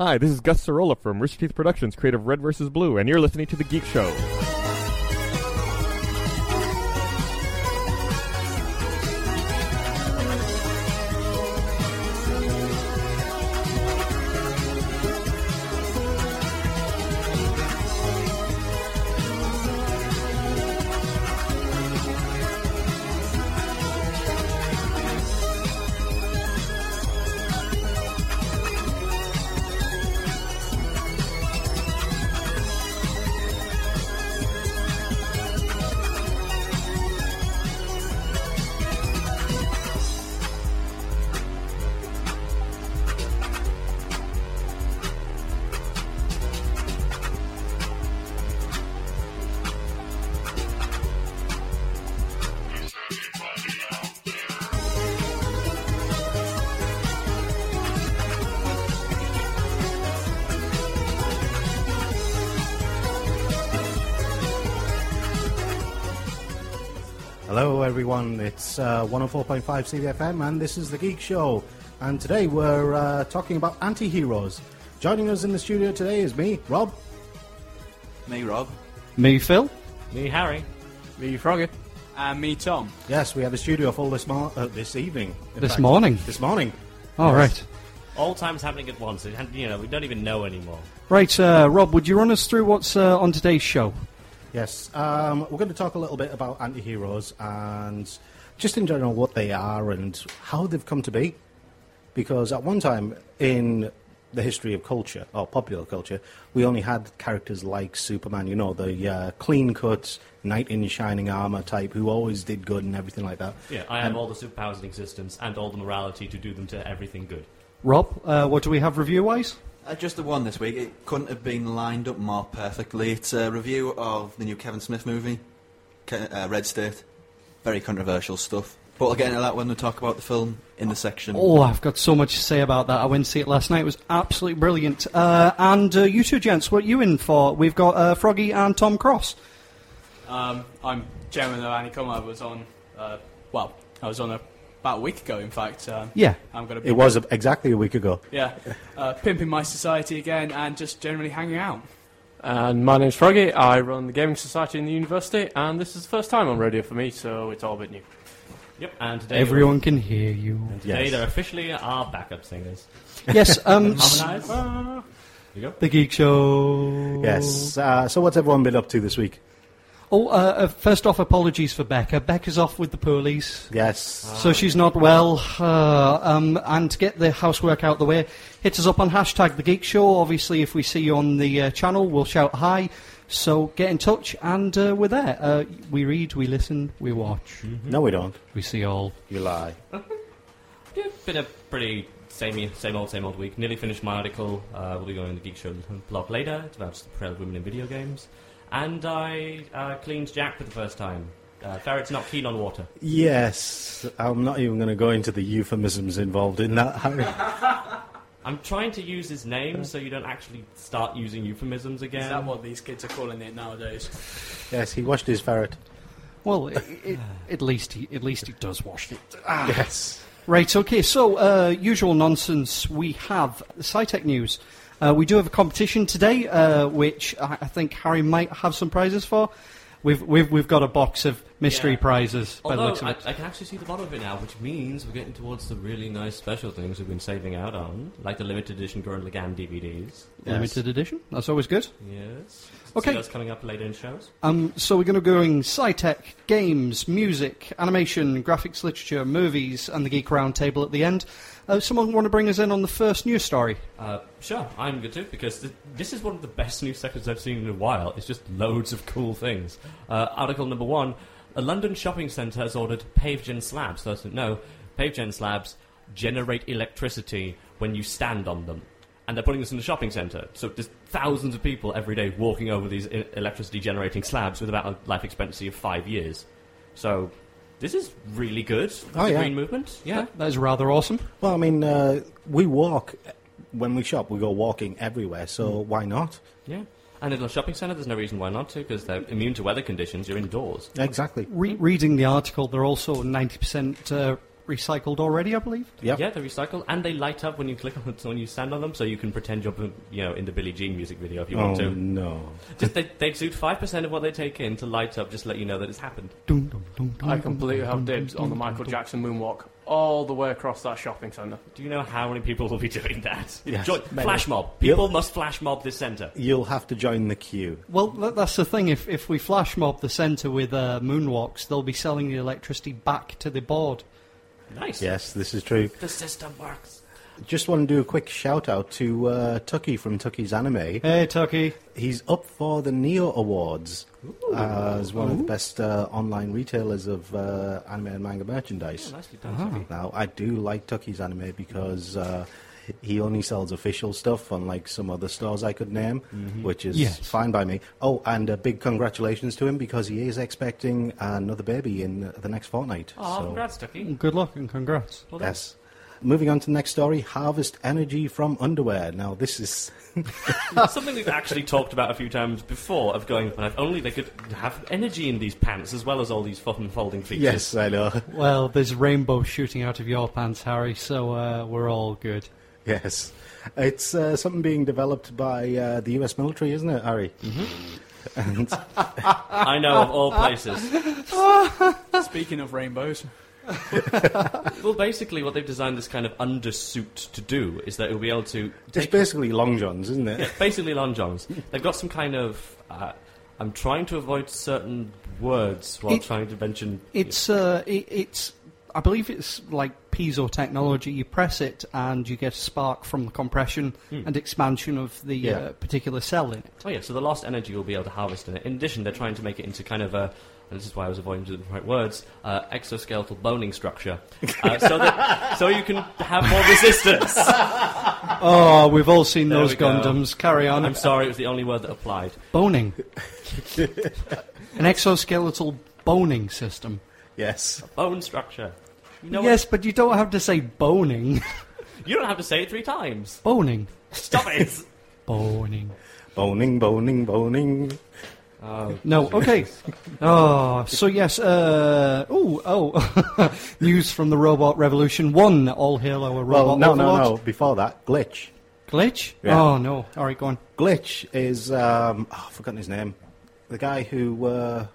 Hi, this is Gus Sorolla from Rooster Teeth Productions, creator of Red vs. Blue, and you're listening to The Geek Show. Hello, everyone. It's uh, 104.5 CBFM, and this is The Geek Show. And today we're uh, talking about anti heroes. Joining us in the studio today is me, Rob. Me, Rob. Me, Phil? Me, Harry. Me, Froggy. And me, Tom. Yes, we have a studio full this, mor- uh, this evening. in This morning? This morning. All right. All time's happening at once. It, had- you know, we don't even know anymore. Right, uh, Rob, would you run us through what's uh, on today's show? Yes, um, we're going to talk a little bit about anti heroes and just in general what they are and how they've come to be. Because at one time in the history of culture, or popular culture, we only had characters like Superman, you know, the uh, clean cut, knight in shining armour type who always did good and everything like that. Yeah, I have all the superpowers in existence and all the morality to do them to everything good. Rob, uh, what do we have review wise? Uh, just the one this week. It couldn't have been lined up more perfectly. It's a review of the new Kevin Smith movie, Ke- uh, Red State. Very controversial stuff. But we'll get into that when we talk about the film in the section. Oh, I've got so much to say about that. I went to see it last night. It was absolutely brilliant. Uh, and uh, you two gents, what are you in for? We've got uh, Froggy and Tom Cross. Um, I'm Jeremy Ananicum. I was on, uh, well, I was on a, about a week ago, in fact. Um, Yeah. I'm going to be. It was exactly a week ago. Yeah. Uh, pimping my society again and just generally hanging out. And my name's Froggy. I run the Gaming Society in the university, and this is the first time on radio for me, so it's all a bit new. Yep, and today Everyone can hear you. Today Yes. they're officially our backup singers. yes, um, s- Harmonize. There you go. The Geek Show. Yes. Uh, so, what's everyone been up to this week? Oh, uh, uh, first off, apologies for Becca. Becca's off with the police. Yes. So she's not well, uh, um, and to get the housework out the way, hit us up on hashtag The Geek Show. Obviously, if we see you on the uh, channel, we'll shout hi. So get in touch, and uh, we're there. Uh, we read, we listen, we watch, Mm-hmm. No, we don't. we see all. You lie. Yeah, been a pretty same, same old, same old week. Nearly finished my article. Uh, we'll be going on the Geek Show blog later. It's about just the portrayal of women in video games. And I uh, cleaned Jack for the first time. Uh, ferret's not keen on water. Yes. I'm not even going to go into the euphemisms involved in that, Harry. I'm trying to use his name so you don't actually start using euphemisms again. Is that what these kids are calling it nowadays? yes, he washed his ferret. Well, i i at least he at least he does wash it. Ah. Yes. Right, okay, so uh, usual nonsense. We have SciTech news. Uh, we do have a competition today, uh, which I, I think Harry might have some prizes for. We've, we've, we've got a box of mystery Yeah. prizes by the Although looks of I, it. I can actually see the bottom of it now, which means we're getting towards the really nice special things we've been saving out on, like the limited edition Gurren Lagann DVDs. Limited edition, that's always good. Yes. Okay. So that's coming up later in shows. Um, so we're going to be going SciTech, games, music, animation, graphics, literature, movies, and the Geek Roundtable at the end. Uh, someone want to bring us in on the first news story? Uh, sure, I'm good too, because th- this is one of the best news sections I've seen in a while. It's just loads of cool things. Uh, article number one A London shopping centre has ordered PaveGen slabs. Those that know, PaveGen slabs generate electricity when you stand on them. and they're putting this in the shopping centre. So there's thousands of people every day walking over these e- electricity generating slabs with about a life expectancy of five years. So this is really good. Oh, the yeah. green movement. Yeah. That is rather awesome. Well, I mean, uh, we walk when we shop. We go walking everywhere, so why not? Yeah. And in a shopping centre, there's no reason why not to, because they're immune to weather conditions. You're indoors. Exactly. Re- reading the article, they're also 90% uh, recycled already, I believe. Yep. Yeah, they recycle and they light up when you click on when you stand on them, so you can pretend you're you know in the Billie Jean music video if you Oh want to. no! Just they, they exude five percent of what they take in to light up, just to let you know that it's happened. Dun, dun, dun, dun, I dun, completely dun, have dun, dibs dun, on the dun, Michael dun. Jackson moonwalk all the way across that shopping centre. Do you know how many people will be doing that? Yes, Join- many. flash mob. People Yep. must flash mob this centre. You'll have to join the queue. Well, tha- that's the thing. If, if we flash mob the centre with uh, moonwalks, they'll be selling the electricity back to the board. Nice. Yes, this is true. The system works. Just want to do a quick shout out to uh, Tucky from Tucky's Anime. Hey, Tucky. He's up for the Neo Awards as one of the best uh, online retailers of uh, anime and manga merchandise. Nicely done. Sophie. Now, I do like Tucky's anime because uh, he only sells official stuff, unlike some other stores I could name, Mm-hmm. which is Yes. fine by me. Oh, and a big congratulations to him because he is expecting another baby in the next fortnight. Oh, so, congrats, Ducky. Good luck and congrats. Well done. yes. Moving on to the next story Harvest Energy from Underwear. Now, this is. Something we've actually talked about a few times before of going, but if only they could have energy in these pants as well as all these fucking folding features. yes, I know. Well, there's rainbow shooting out of your pants, Harry, so uh, we're all good. Yes. It's uh, something being developed by uh, the US military, isn't it, Harry? I know of all places. Speaking of rainbows, Well, basically, what they've designed this kind of undersuit to do is that it'll be able to It's basically long johns, isn't it? basically long johns. They've got some kind of. Uh, I'm trying to avoid certain words while It- trying to mention. It's uh, it, it's I believe it's like piezo technology. You press it and you get a spark from the compression Hmm. and expansion of the Yeah. uh, particular cell in it. Oh yeah, so the lost energy will be able to harvest in it. In addition, they're trying to make it into kind of a. And this is why I was avoiding the right words. Uh, exoskeletal boning structure, uh, so that so you can have more resistance. Oh, we've all seen There those we go. Gundams. Carry on. I'm sorry, it was the only word that applied. Boning. An exoskeletal boning system. Yes. Bone structure. You know yes, but you don't have to say boning. what? You don't have to say it three times. boning. Stop it. Boning. Boning, boning, boning. No, okay. Oh, so yes, uh, ooh, oh, news from the Robot Revolution 1, All Hail Our Robot Well, no, no, Overlord. no. Before that, Glitch. Glitch? Yeah. Oh, no. All right, go on. Glitch is. Um, oh, I've forgotten his name. The guy who. Uh,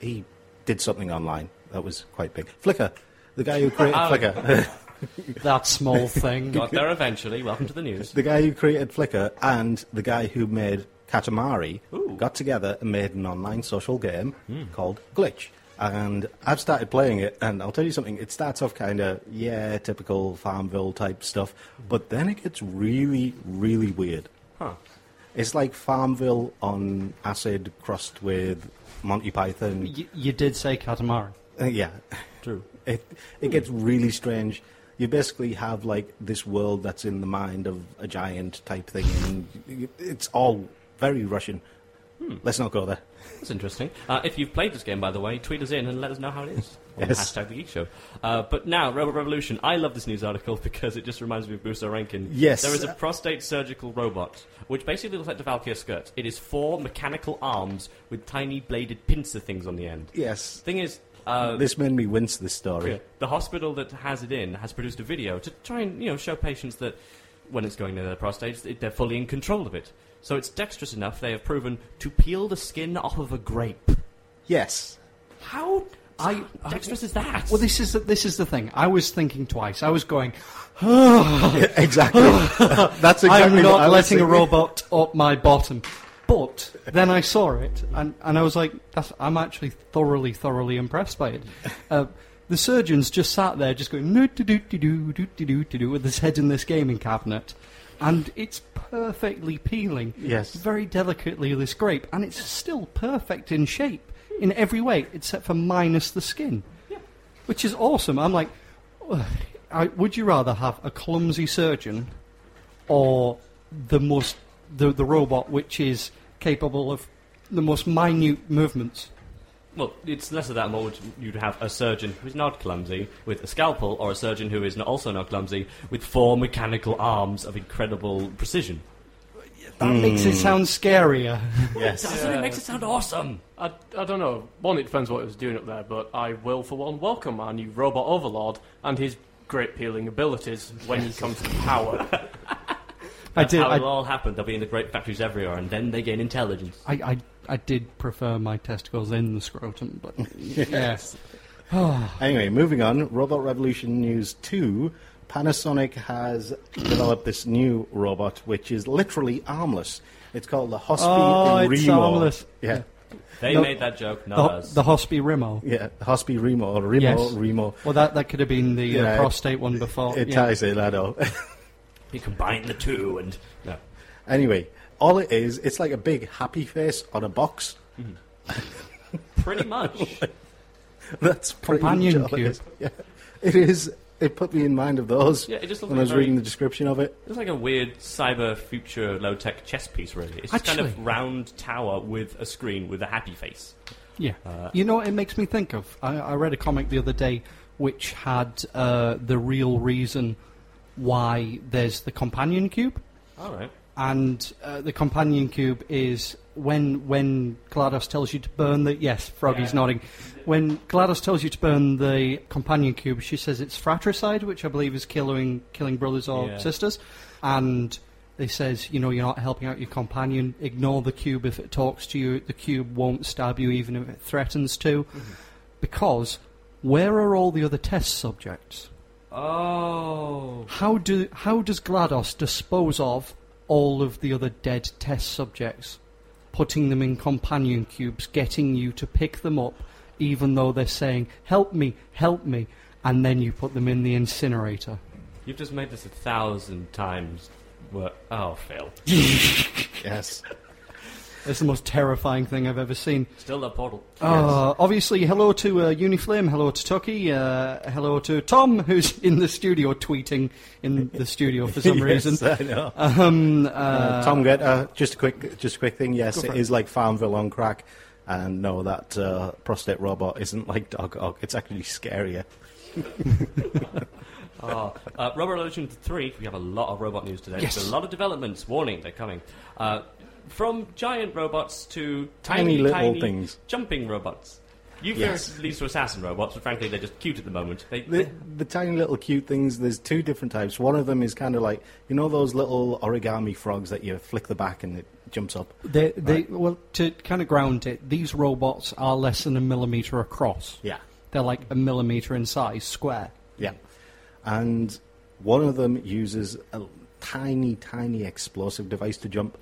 he did something online that was quite big. Flickr. The guy who created Flickr. That small thing. Got there eventually. Welcome to the news. the guy who created Flickr and the guy who made Katamari got together and made an online social game called Glitch. And I've started playing it, and I'll tell you something. It starts off kind of yeah, typical Farmville type stuff, but then it gets really, really weird. Huh. It's like Farmville on acid crossed with Monty Python. Y- you did say Katamari. Uh, yeah, True. it it gets really strange. You basically have like this world that's in the mind of a giant type thing, and it's all very Russian. Hmm. Let's not go there. That's interesting. Uh, if you've played this game, by the way, tweet us in and let us know how it is. on Yes. Hashtag the Geek Show. Uh, but now, Robot Revolution. I love this news article because it just reminds me of Bruce Rankin. Yes. There is a prostate surgical robot, which basically looks like the Valkyrie skirt. It is four mechanical arms with tiny bladed pincer things on the end. Yes, Thing is, uh, this made me wince. This story. yeah, the hospital that has it in has produced a video to try and you know show patients that when it's going in their prostates, it- they're fully in control of it. So it's dexterous enough. They have proven to peel the skin off of a grape. Yes, How I dexterous is that? Well, this is, the, this is the thing. I was thinking twice. I was going, exactly. that's exactly. I'm what I not was letting a thinking. robot up my bottom. But then I saw it, and, and I was like, That's, I'm actually thoroughly, thoroughly impressed by it. Uh, the surgeons just sat there, just going, no, do do do do do do do do do, with his head in this gaming cabinet. And it's perfectly peeling, Yes. very delicately, this grape, and it's still perfect in shape in every way except for minus the skin, which is awesome. I'm like, I, would you rather have a clumsy surgeon or the most the, the robot which is capable of the most minute movements. Well, it's less of that more would- you'd have a surgeon who is not clumsy with a scalpel, or a surgeon who is not, also not clumsy with four mechanical arms of incredible precision. That Hmm. makes it sound scarier. Yes. Doesn't it makes it sound awesome? I, I don't know. One, it depends what it was doing up there, but I will, for one, welcome our new robot overlord and his great peeling abilities when he comes to power. I That's did. How I, it'll all happen. They'll be in the great factories everywhere, and then they gain intelligence. I, I, I did prefer my testicles in the scrotum, but yes. Anyway, moving on. Robot Revolution News 2. Panasonic has developed this new robot, which is literally armless. It's called the Hospi Oh, Remo. it's armless. Yeah, They No. made that joke, not The, us. the Hospi Remo. yeah. Hospi Remo, or Remo, Yes. Remo. Well, that, that could have been the Yeah, uh, it- prostate one before. It yeah. ties in, I know. you combine the two, and no. anyway, all it is, it's like a big happy face on a box. pretty much. That's pretty Companion much all it cube. is. Yeah. It is. It put me in mind of those Yeah, it just looks when like I was very- reading the description of it. It's like a weird cyber future low tech chess piece, really. It's just kind Actually- of round tower with a screen with a happy face. Yeah. Uh, you know what it makes me think of? I, I read a comic the other day which had uh, the real reason why there's the companion cube. All right. And uh, the companion cube is when when GLaDOS tells you to burn the. Yes, Froggy's nodding. When GLaDOS tells you to burn the companion cube, she says it's fratricide, which I believe is killing, killing brothers or Yeah. sisters. And they says, you know, you're not helping out your companion. Ignore the cube if it talks to you. The cube won't stab you even if it threatens to. Because where are all the other test subjects? Oh. How do how does GLaDOS dispose of all of the other dead test subjects? Putting them in companion cubes, getting you to pick them up, even though they're saying, Help me, help me, and then you put them in the incinerator. You've just made this a thousand times. Work. Oh, Phil. Yes. It's the most terrifying thing I've ever seen. Still that portal. Uh, obviously, hello to uh, Uniflame, hello to Tucky, uh, hello to Tom, who's in the studio tweeting in the studio for some Yes, reason. I know. Um, Uh, uh, Tom Gator, just a quick, just a quick thing. Yes, it is like Farmville on crack, and no, that uh, prostate robot isn't like Dog Ock. It's actually scarier. Oh, uh, Robot Revolution 3, we have a lot of robot news today. Yes. There's a lot of developments. Warning, they're coming. Uh, from giant robots to Tiny tiny, little tiny things. jumping robots. You Yes. yes. leads to assassin robots, but frankly, they're just cute at the moment. They, The, the tiny little cute things. There's two different types. One of them is kind of like you know those little origami frogs that you flick the back and it jumps up. They, they, well, to kind of ground it, these robots are less than a millimeter across. Yeah, They're like a millimeter in size, square. yeah. And one of them uses a tiny, tiny explosive device to jump.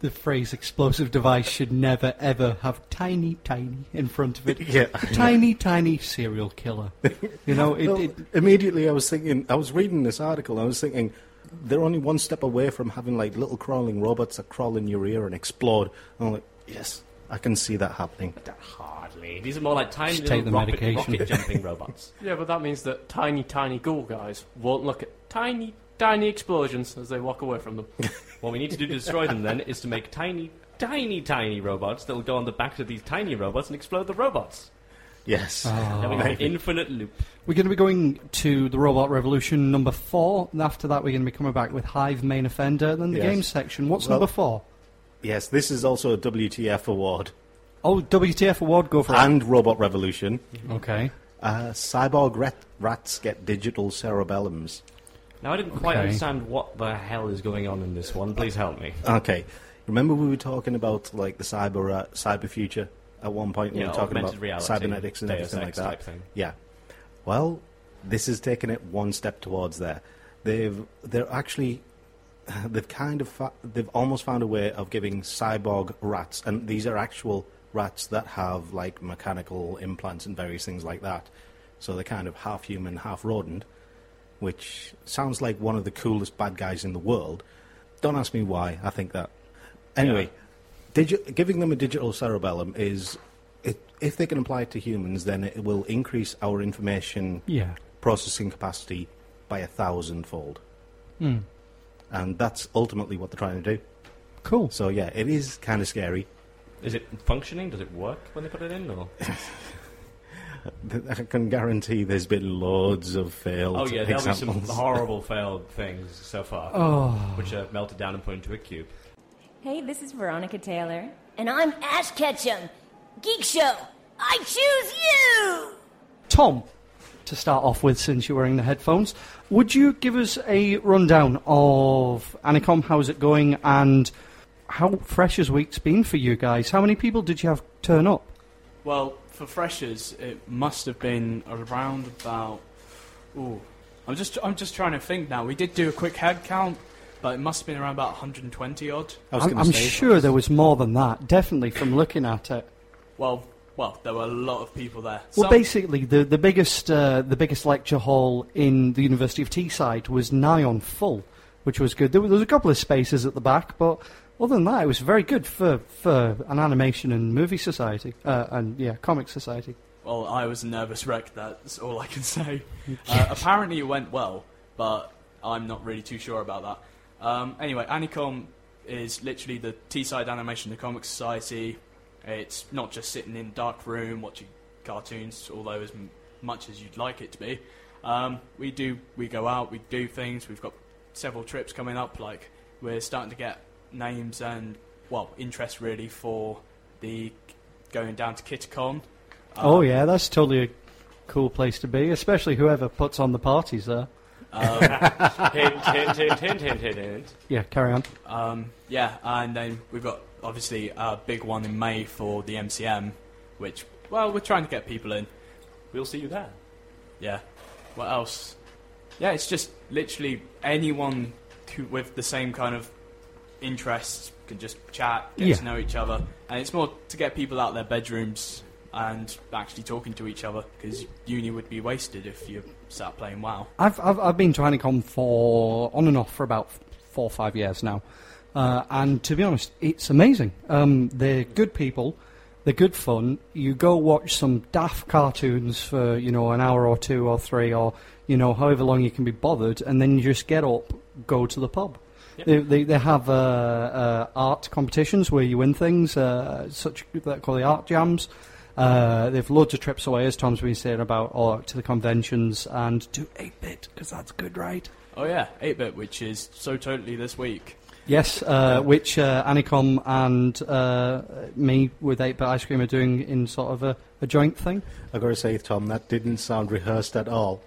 The phrase explosive device should never, ever have tiny, tiny in front of it. Yeah. Tiny, tiny serial killer. You know, it, Well, it, immediately I was thinking, I was reading this article, and I was thinking, they're only one step away from having like little crawling robots that crawl in your ear and explode. And I'm like, yes, I can see that happening. hardly. These are more like tiny Just little take the rocket, medication. rocket jumping robots. yeah, but that means that tiny, tiny ghoul guys won't look at tiny, tiny explosions as they walk away from them. What we need to do to destroy them then is to make tiny, tiny, tiny robots that will go on the backs of these tiny robots and explode the robots. Yes. Oh. Then we have an infinite loop. We're going to be going to the Robot Revolution number four. And after that, we're going to be coming back with Hive Main Offender and then the Yes. game section. What's Well- number four? Yes, this is also a WTF award Oh, WTF award, go for it. and Robot Revolution. Okay. Uh, cyborg rat- rats get digital cerebellums. Now, I didn't quite Okay. understand what the hell is going on in this one. Please help me. Okay. Remember we were talking about like the cyber uh, cyber future at one point. Yeah, we were talking augmented about reality, cybernetics and Deus everything like Ex that. type thing. Yeah. Well, this is taking it one step towards there. They've they're actually they've kind of fa- they've almost found a way of giving cyborg rats, and these are actual rats that have like mechanical implants and various things like that. So they're kind of half human, half rodent, which sounds like one of the coolest bad guys in the world. Don't ask me why. I think that. Anyway, digi- giving them a digital cerebellum is, it, if they can apply it to humans, then it will increase our information Yeah. processing capacity by a thousandfold. and that's ultimately what they're trying to do. Cool. So yeah, it is kind of scary. Is it functioning? Does it work when they put it in? Or I can guarantee there's been loads of failed oh yeah, there'll be some examples. horrible failed things so far, Oh. which are melted down and put into a cube. Hey, this is Veronica Taylor. And I'm Ash Ketchum. Geek Show, I choose you! Tom, to start off with, since you're wearing the headphones, would you give us a rundown of Anicom? How's it going? And how fresh has week's been for you guys? How many people did you have turn up? Well, for freshers, it must have been around about. Ooh, I'm just I'm just trying to think now. We did do a quick head count, but it must have been around about 120 odd. I was I'm, gonna I'm say- sure there was more than that, definitely, from looking at it. Well, well, there were a lot of people there. Well, Some- basically, the, the biggest uh, the biggest lecture hall in the University of Teesside was nigh on full, which was good. There was, there was a couple of spaces at the back, but other than that, it was very good for, for an animation and movie society, uh, and yeah, comic society. Well, I was a nervous wreck. That's all I can say. uh, apparently, it went well, but I'm not really too sure about that. Um, anyway, Anicom is literally the Teesside Animation and Comic Society. It's not just sitting in a dark room watching cartoons, although as m- much as you'd like it to be. Um, we do. We go out. We do things. We've got several trips coming up. Like we're starting to get names and well interest really for the going down to Um, Kitcon. Ah. oh yeah, that's totally a cool place to be, especially whoever puts on the parties there. hint, hint, hint, hint, hint, hint, hint. Yeah, carry on. Um, yeah, and then we've got obviously a big one in May for the MCM, which well we're trying to get people in. We'll see you there. Yeah. What else? Yeah, it's just literally anyone who, with the same kind of interests can just chat, get Yeah. to know each other, and it's more to get people out of their bedrooms and actually talking to each other because uni would be wasted if you sat playing WoW. I've, I've, I've been to Anicom for on and off for about four or five years now. Uh, and to be honest, it's amazing. Um, they're good people. They're good fun. You go watch some daft cartoons for, you know, an hour or two or three or, you know, however long you can be bothered. And then you just get up, go to the pub. They, they, they have uh, uh, art competitions where you win things, uh, such that call the art jams. Uh, they've loads of trips away, as Tom's been saying about, or to the conventions and to 8-bit because that's good, right? Oh yeah, 8-bit, which is so totally this week. Yes, uh, which uh, Anicom and uh, me with 8-bit ice cream are doing in sort of a, a joint thing. I gotta say, Tom, that didn't sound rehearsed at all.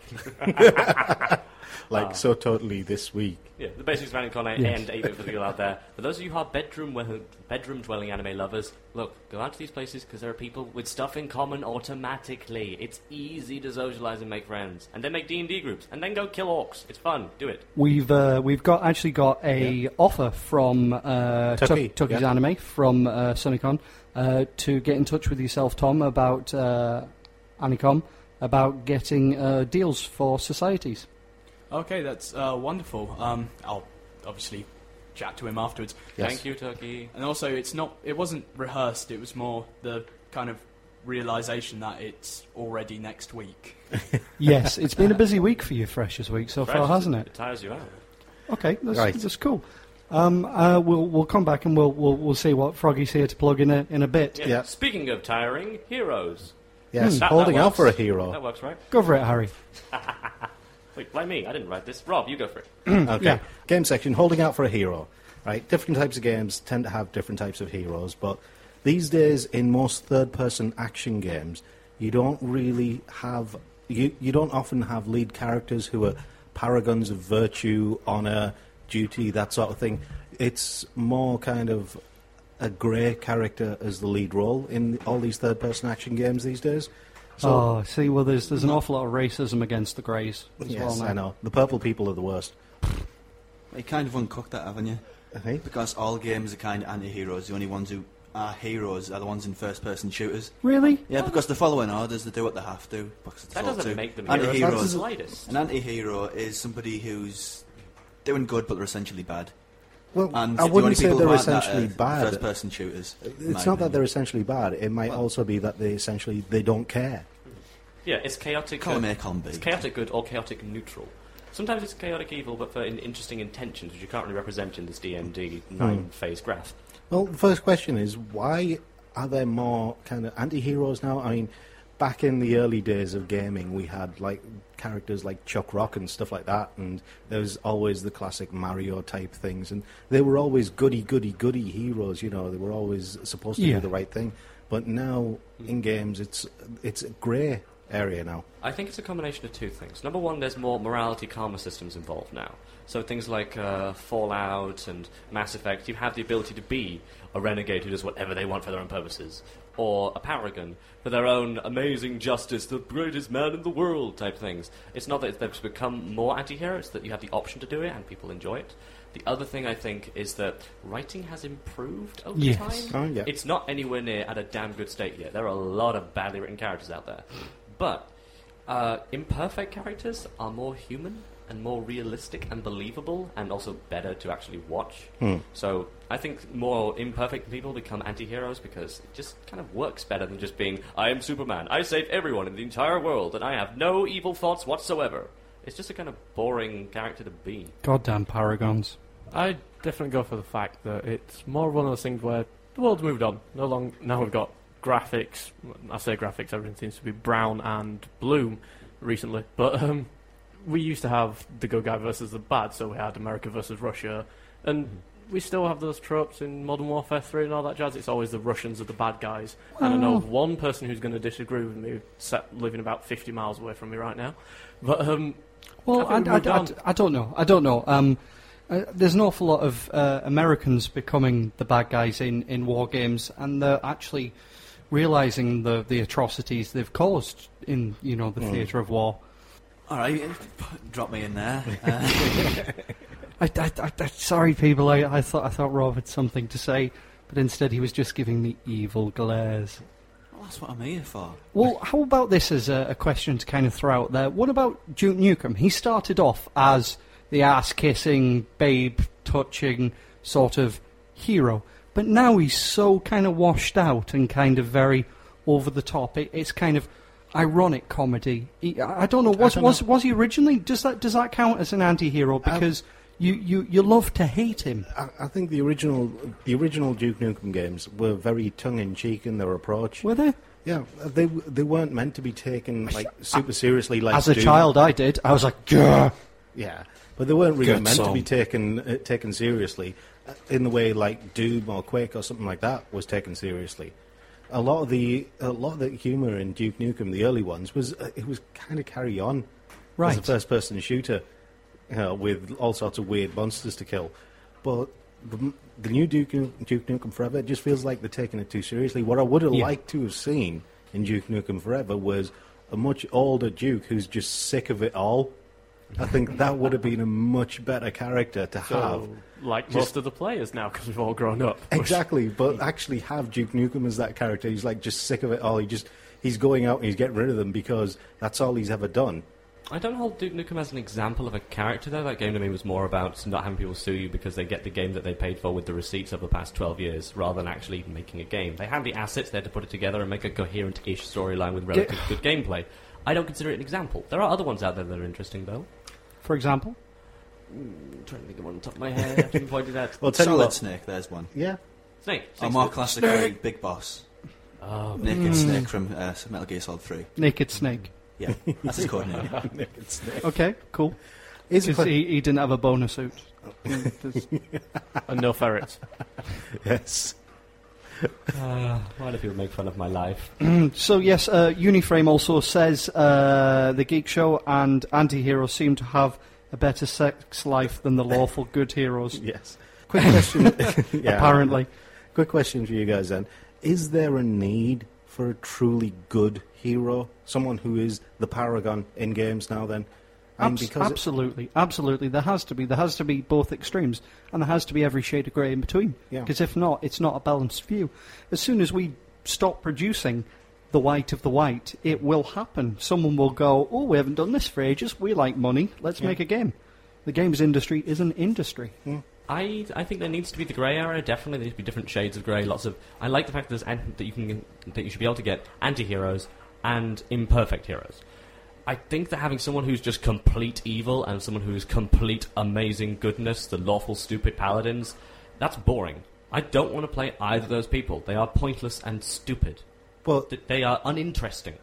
like so totally this week. Yeah, the basics of Anime Yes. and 8 bit for the people out there. For those of you who are bedroom bedroom dwelling anime lovers, look, go out to these places because there are people with stuff in common automatically. It's easy to socialize and make friends, and then make D and D groups, and then go kill orcs. It's fun. Do it. We've uh, we've got actually got a offer from uh, Tucky, Tuck- Tucky's yeah. Anime from uh, Sonicon uh, to get in touch with yourself, Tom, about uh, Anicom about getting uh, deals for societies. Okay, that's uh, wonderful. Um, I'll obviously chat to him afterwards. Thank you, Turkey. And also, it's not. It wasn't rehearsed. It was more the kind of realization that it's already next week. Yes, it's been a busy week for you, Freshers Week so far, Fresh, hasn't it? It tires you out. Okay, that's, Right. that's cool. Um, uh, we'll we'll come back and we'll we'll, we'll see what Froggy's here to plug in a, in a bit. Yeah. Yeah. Speaking of tiring, heroes. Yes, That- that holding out works. for a hero. That works, right? Go for it, Harry. Wait, blame me. I didn't write this. Rob, you go for it. Okay. Yeah. Game section, holding out for a hero. Right. Different types of games tend to have different types of heroes, but these days in most third person action games, you don't really have you, you don't often have lead characters who are paragons of virtue, honor, duty, that sort of thing. It's more kind of a grey character as the lead role in all these third person action games these days. So oh, see, well, there's there's an awful lot of racism against the greys as well. yes, Now. I know. The purple people are the worst. You kind of uncooked that, haven't you? Okay. Because all games are kind of anti-heroes. The only ones who are heroes are the ones in first-person shooters. Really? Yeah, because they're following orders. They do what they have to. Because they're That told doesn't to. make them heroes. anti-heroes. That's the slightest. An anti-hero is somebody who's doing good but they're essentially bad. Well, And I the only wouldn't say people who they're aren't that uh, essentially are bad. First-person shooters. in my It's not that they're opinion. essentially bad. It might also be that they essentially they don't care. Yeah, it's chaotic. Column uh, A, column B. It's chaotic good or chaotic neutral. Sometimes it's chaotic evil, but for in interesting intentions, which you can't really represent in this DMD Hmm. nine-phase graph. Well, the first question is why are there more kind of anti heroes now? I mean, back in the early days of gaming, we had like characters like Chuck Rock and stuff like that, and there was always the classic Mario type things, and they were always goody, goody, goody heroes, you know, they were always supposed to Yeah. do the right thing. But now in games, it's, it's a grey area now. I think it's a combination of two things. Number one, there's more morality karma systems involved now. So things like uh, Fallout and Mass Effect, you have the ability to be a renegade who does whatever they want for their own purposes, or a paragon for their own amazing justice, the greatest man in the world type things. It's not that they've become more anti-hero; it's that you have the option to do it and people enjoy it. The other thing I think is that writing has improved over Yes. time. Oh, yeah. It's not anywhere near at a damn good state yet. There are a lot of badly written characters out there. But uh, imperfect characters are more human and more realistic and believable and also better to actually watch. So I think more imperfect people become anti heroes because it just kind of works better than just being, I am Superman, I save everyone in the entire world, and I have no evil thoughts whatsoever. It's just a kind of boring character to be. Goddamn paragons. I definitely go for the fact that it's more one of those things where the world's moved on. No long now we've got graphics. I say graphics. Everything seems to be brown and blue recently, but um, we used to have the good guy versus the bad. So we had America versus Russia, and we still have those tropes in Modern Warfare Three and all that jazz. It's always the Russians are the bad guys, and I know of one person who's going to disagree with me, sat living about fifty miles away from me right now, but um, Well, think I, we've I- moved I- on. I don't know. I don't know. Um, uh, there's an awful lot of uh, Americans becoming the bad guys in, in war games, and they're actually realizing the, the atrocities they've caused in you know Hmm. the theatre of war. All right, drop me in there. Uh, I, I, I- I- sorry, people. I, I thought I thought Rob had something to say, but instead he was just giving me evil glares. well, that's what I'm here for. Well, how about this as a, a question to kind of throw out there? What about Duke Nukem? He started off as the ass kissing, babe touching sort of hero, but now he's so kind of washed out and kind of very over the top. It, it's kind of ironic comedy. He, I I don't know. Um, Was don't was was he originally? Does that does that count as an anti-hero? Because you, you you love to hate him. I, I think the original, the original Duke Nukem games were very tongue in cheek in their approach. Were they? Yeah, they they weren't meant to be taken like super seriously. Like As a Doom. child, I did. I was like, "Grr." yeah, but they weren't really Good meant to song. be taken uh, taken seriously uh, in the way like Doom or Quake or something like that was taken seriously. A lot of the a lot of the humor in Duke Nukem, the early ones, was uh, it was kind of carry on as a Right. first person shooter uh, with all sorts of weird monsters to kill, but. The, the new Duke, Duke Nukem Forever it just feels like they're taking it too seriously. What I would have Yeah. liked to have seen in Duke Nukem Forever was a much older Duke who's just sick of it all. I think that would have been a much better character to have. so, like most of the players now because we've all grown up. Exactly, but actually have Duke Nukem as that character. He's like just sick of it all. He just he's going out and he's getting rid of them because that's all he's ever done. I don't hold Duke Nukem as an example of a character, though. That game to me was more about not having people sue you because they get the game that they paid for with the receipts of the past 12 years rather than actually even making a game. They had the assets there to put it together and make a coherent ish storyline with relative good gameplay. I don't consider it an example. There are other ones out there that are interesting, though. For example, I'm trying to think of one on the top of my head. I haven't pointed out. Well, tell you Solid what, Snake, there's one. yeah, Snake. Or Snake's more good. classically, Big Boss. Oh, Naked Snake from uh, Metal Gear Solid 3. naked snake. Yeah, that's his code name. Okay, cool. Here's a Because que- he, he didn't have a boner suit. There's- and no ferrets. yes. uh, why do people make fun of my life? so yes, uh, Uniframe also says uh, the geek show and anti-hero seem to have a better sex life than the lawful good heroes. Yes. Quick question. Yeah. Apparently, Quick question for you guys then. Is there a need for a truly good hero? Someone who is the paragon in games now then? And Abs- because it- absolutely, absolutely, there has to be. There has to be both extremes, and there has to be every shade of grey in between. Yeah. Because if not, it's not a balanced view. As soon as we stop producing the white of the white, it will happen. Someone will go, "Oh, we haven't done this for ages. We like money. Let's make a game." The games industry is an industry. I, I think there needs to be the grey area. Definitely, there needs to be different shades of grey. Lots of I like the fact that there's an, that you can that you should be able to get anti-heroes and imperfect heroes. I think that having someone who's just complete evil and someone who's complete amazing goodness, the lawful stupid paladins, that's boring. I don't want to play either of those people. They are pointless and stupid. Well, Th- They are uninteresting.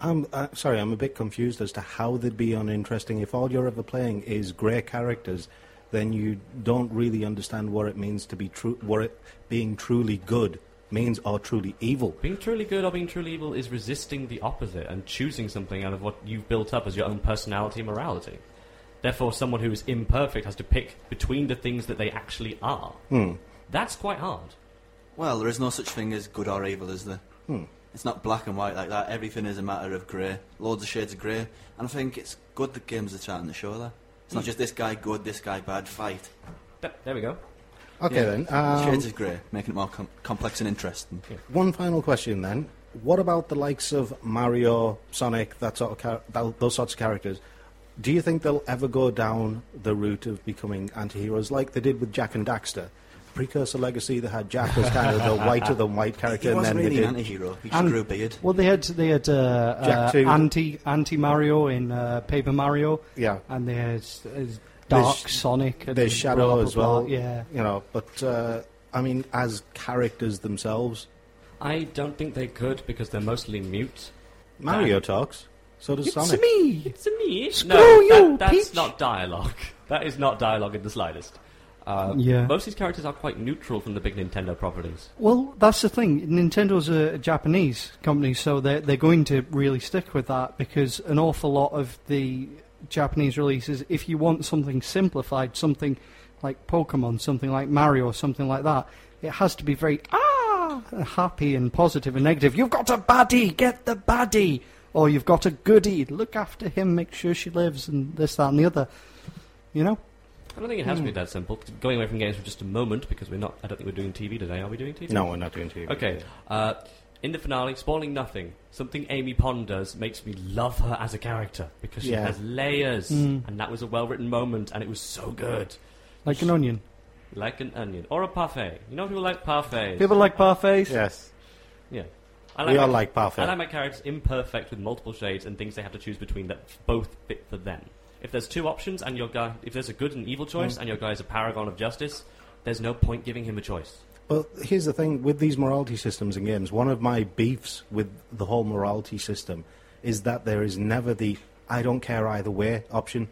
I'm uh, sorry, I'm a bit confused as to how they'd be uninteresting. If all you're ever playing is grey characters, then you don't really understand what it means to be true, what it being truly good means, or truly evil. Being truly good or being truly evil is resisting the opposite and choosing something out of what you've built up as your own personality and morality. Therefore, someone who is imperfect has to pick between the things that they actually are. Hmm. That's quite hard. Well, there is no such thing as good or evil, is there? Hmm. It's not black and white like that. Everything is a matter of grey. Loads of shades of grey. And I think it's good that games are trying to show that. It's Hmm. not just this guy good, this guy bad, fight. Th- there we go. Okay Yeah. then. Um, shades of grey, making it more com- complex and interesting. One final question then. What about the likes of Mario, Sonic, that sort of char- tho- those sorts of characters? Do you think they'll ever go down the route of becoming anti-heroes like they did with Jack and Daxter? Precursor Legacy, they had Jack as kind of the whiter than white character, He and then wasn't really they an did. anti-hero. He just And- grew a beard. Well, they had they had uh, Jack uh, two. anti anti Mario in uh, Paper Mario, Yeah. and they had uh, Dark There's- Sonic. and There's blah, Shadow blah, as blah, well. blah. Yeah, You know, but uh, I mean, as characters themselves, I don't think they could because they're mostly mute. Mario talks. So does Sonic. me. It's a me. Screw No, you, that, that's Peach. not dialogue. That is not dialogue in the slightest. Uh, Yeah. Most of these characters are quite neutral from the big Nintendo properties. Well, that's the thing. Nintendo's a Japanese company, so they're, they're going to really stick with that because an awful lot of the Japanese releases, if you want something simplified, something like Pokemon, something like Mario, something like that, it has to be very ah happy and positive and negative. You've got a baddie, get the baddie, or you've got a goodie, look after him, make sure she lives, and this, that, and the other. You know, I don't think it has Hmm. to be that simple. Going away from games for just a moment because we're not. I don't think we're doing TV today. Are we doing TV? No, we're not doing TV. Okay. Uh, in the finale, spoiling nothing, something Amy Pond does makes me love her as a character because she Yeah. has layers, Hmm. and that was a well-written moment, and it was so good, like an onion. like an onion or a parfait. You know, people like parfaits. People like parfaits. Yes. yeah. I we my- all like parfait. I like my characters imperfect with multiple shades and things they have to choose between that both fit for them. If there's two options and your guy, if there's a good and evil choice Hmm. and your guy is a paragon of justice, there's no point giving him a choice. Well, here's the thing with these morality systems in games. One of my beefs with the whole morality system is that there is never the I don't care either way option.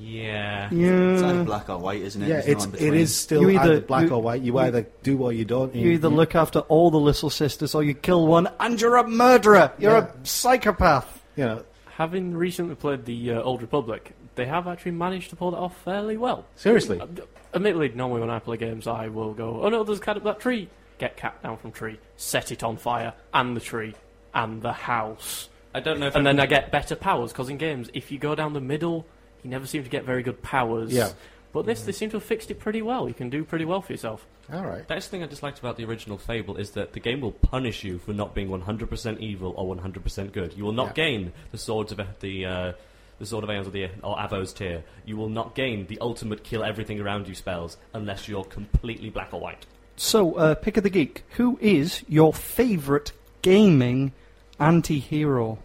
Yeah. Yeah. It's either black or white, isn't it? yeah, There's no it's, in it between. is still You either, either- black you- or white. You, you- either do or you don't. You either look after all the little sisters or you kill one and you're a murderer. You're a psychopath. you know, Having recently played the uh, Old Republic, they have actually managed to pull that off fairly well. seriously. Uh, d- Admittedly, normally when I play games, I will go, oh no, there's a cat up that tree. Get cat down from tree, set it on fire, and the tree, and the house. I don't know if And then I get better powers, because in games, if you go down the middle, you never seem to get very good powers. Yeah. But this, they seem to have fixed it pretty well. You can do pretty well for yourself. All right. That's the thing I disliked about the original Fable is that the game will punish you for not being 100% evil or 100% good. You will not Yeah. gain the swords of the uh, the sword of Aeons of the or Avos tier. You will not gain the ultimate kill everything around you spells unless you're completely black or white. So, uh, pick of the geek. Who is your favourite gaming anti-hero?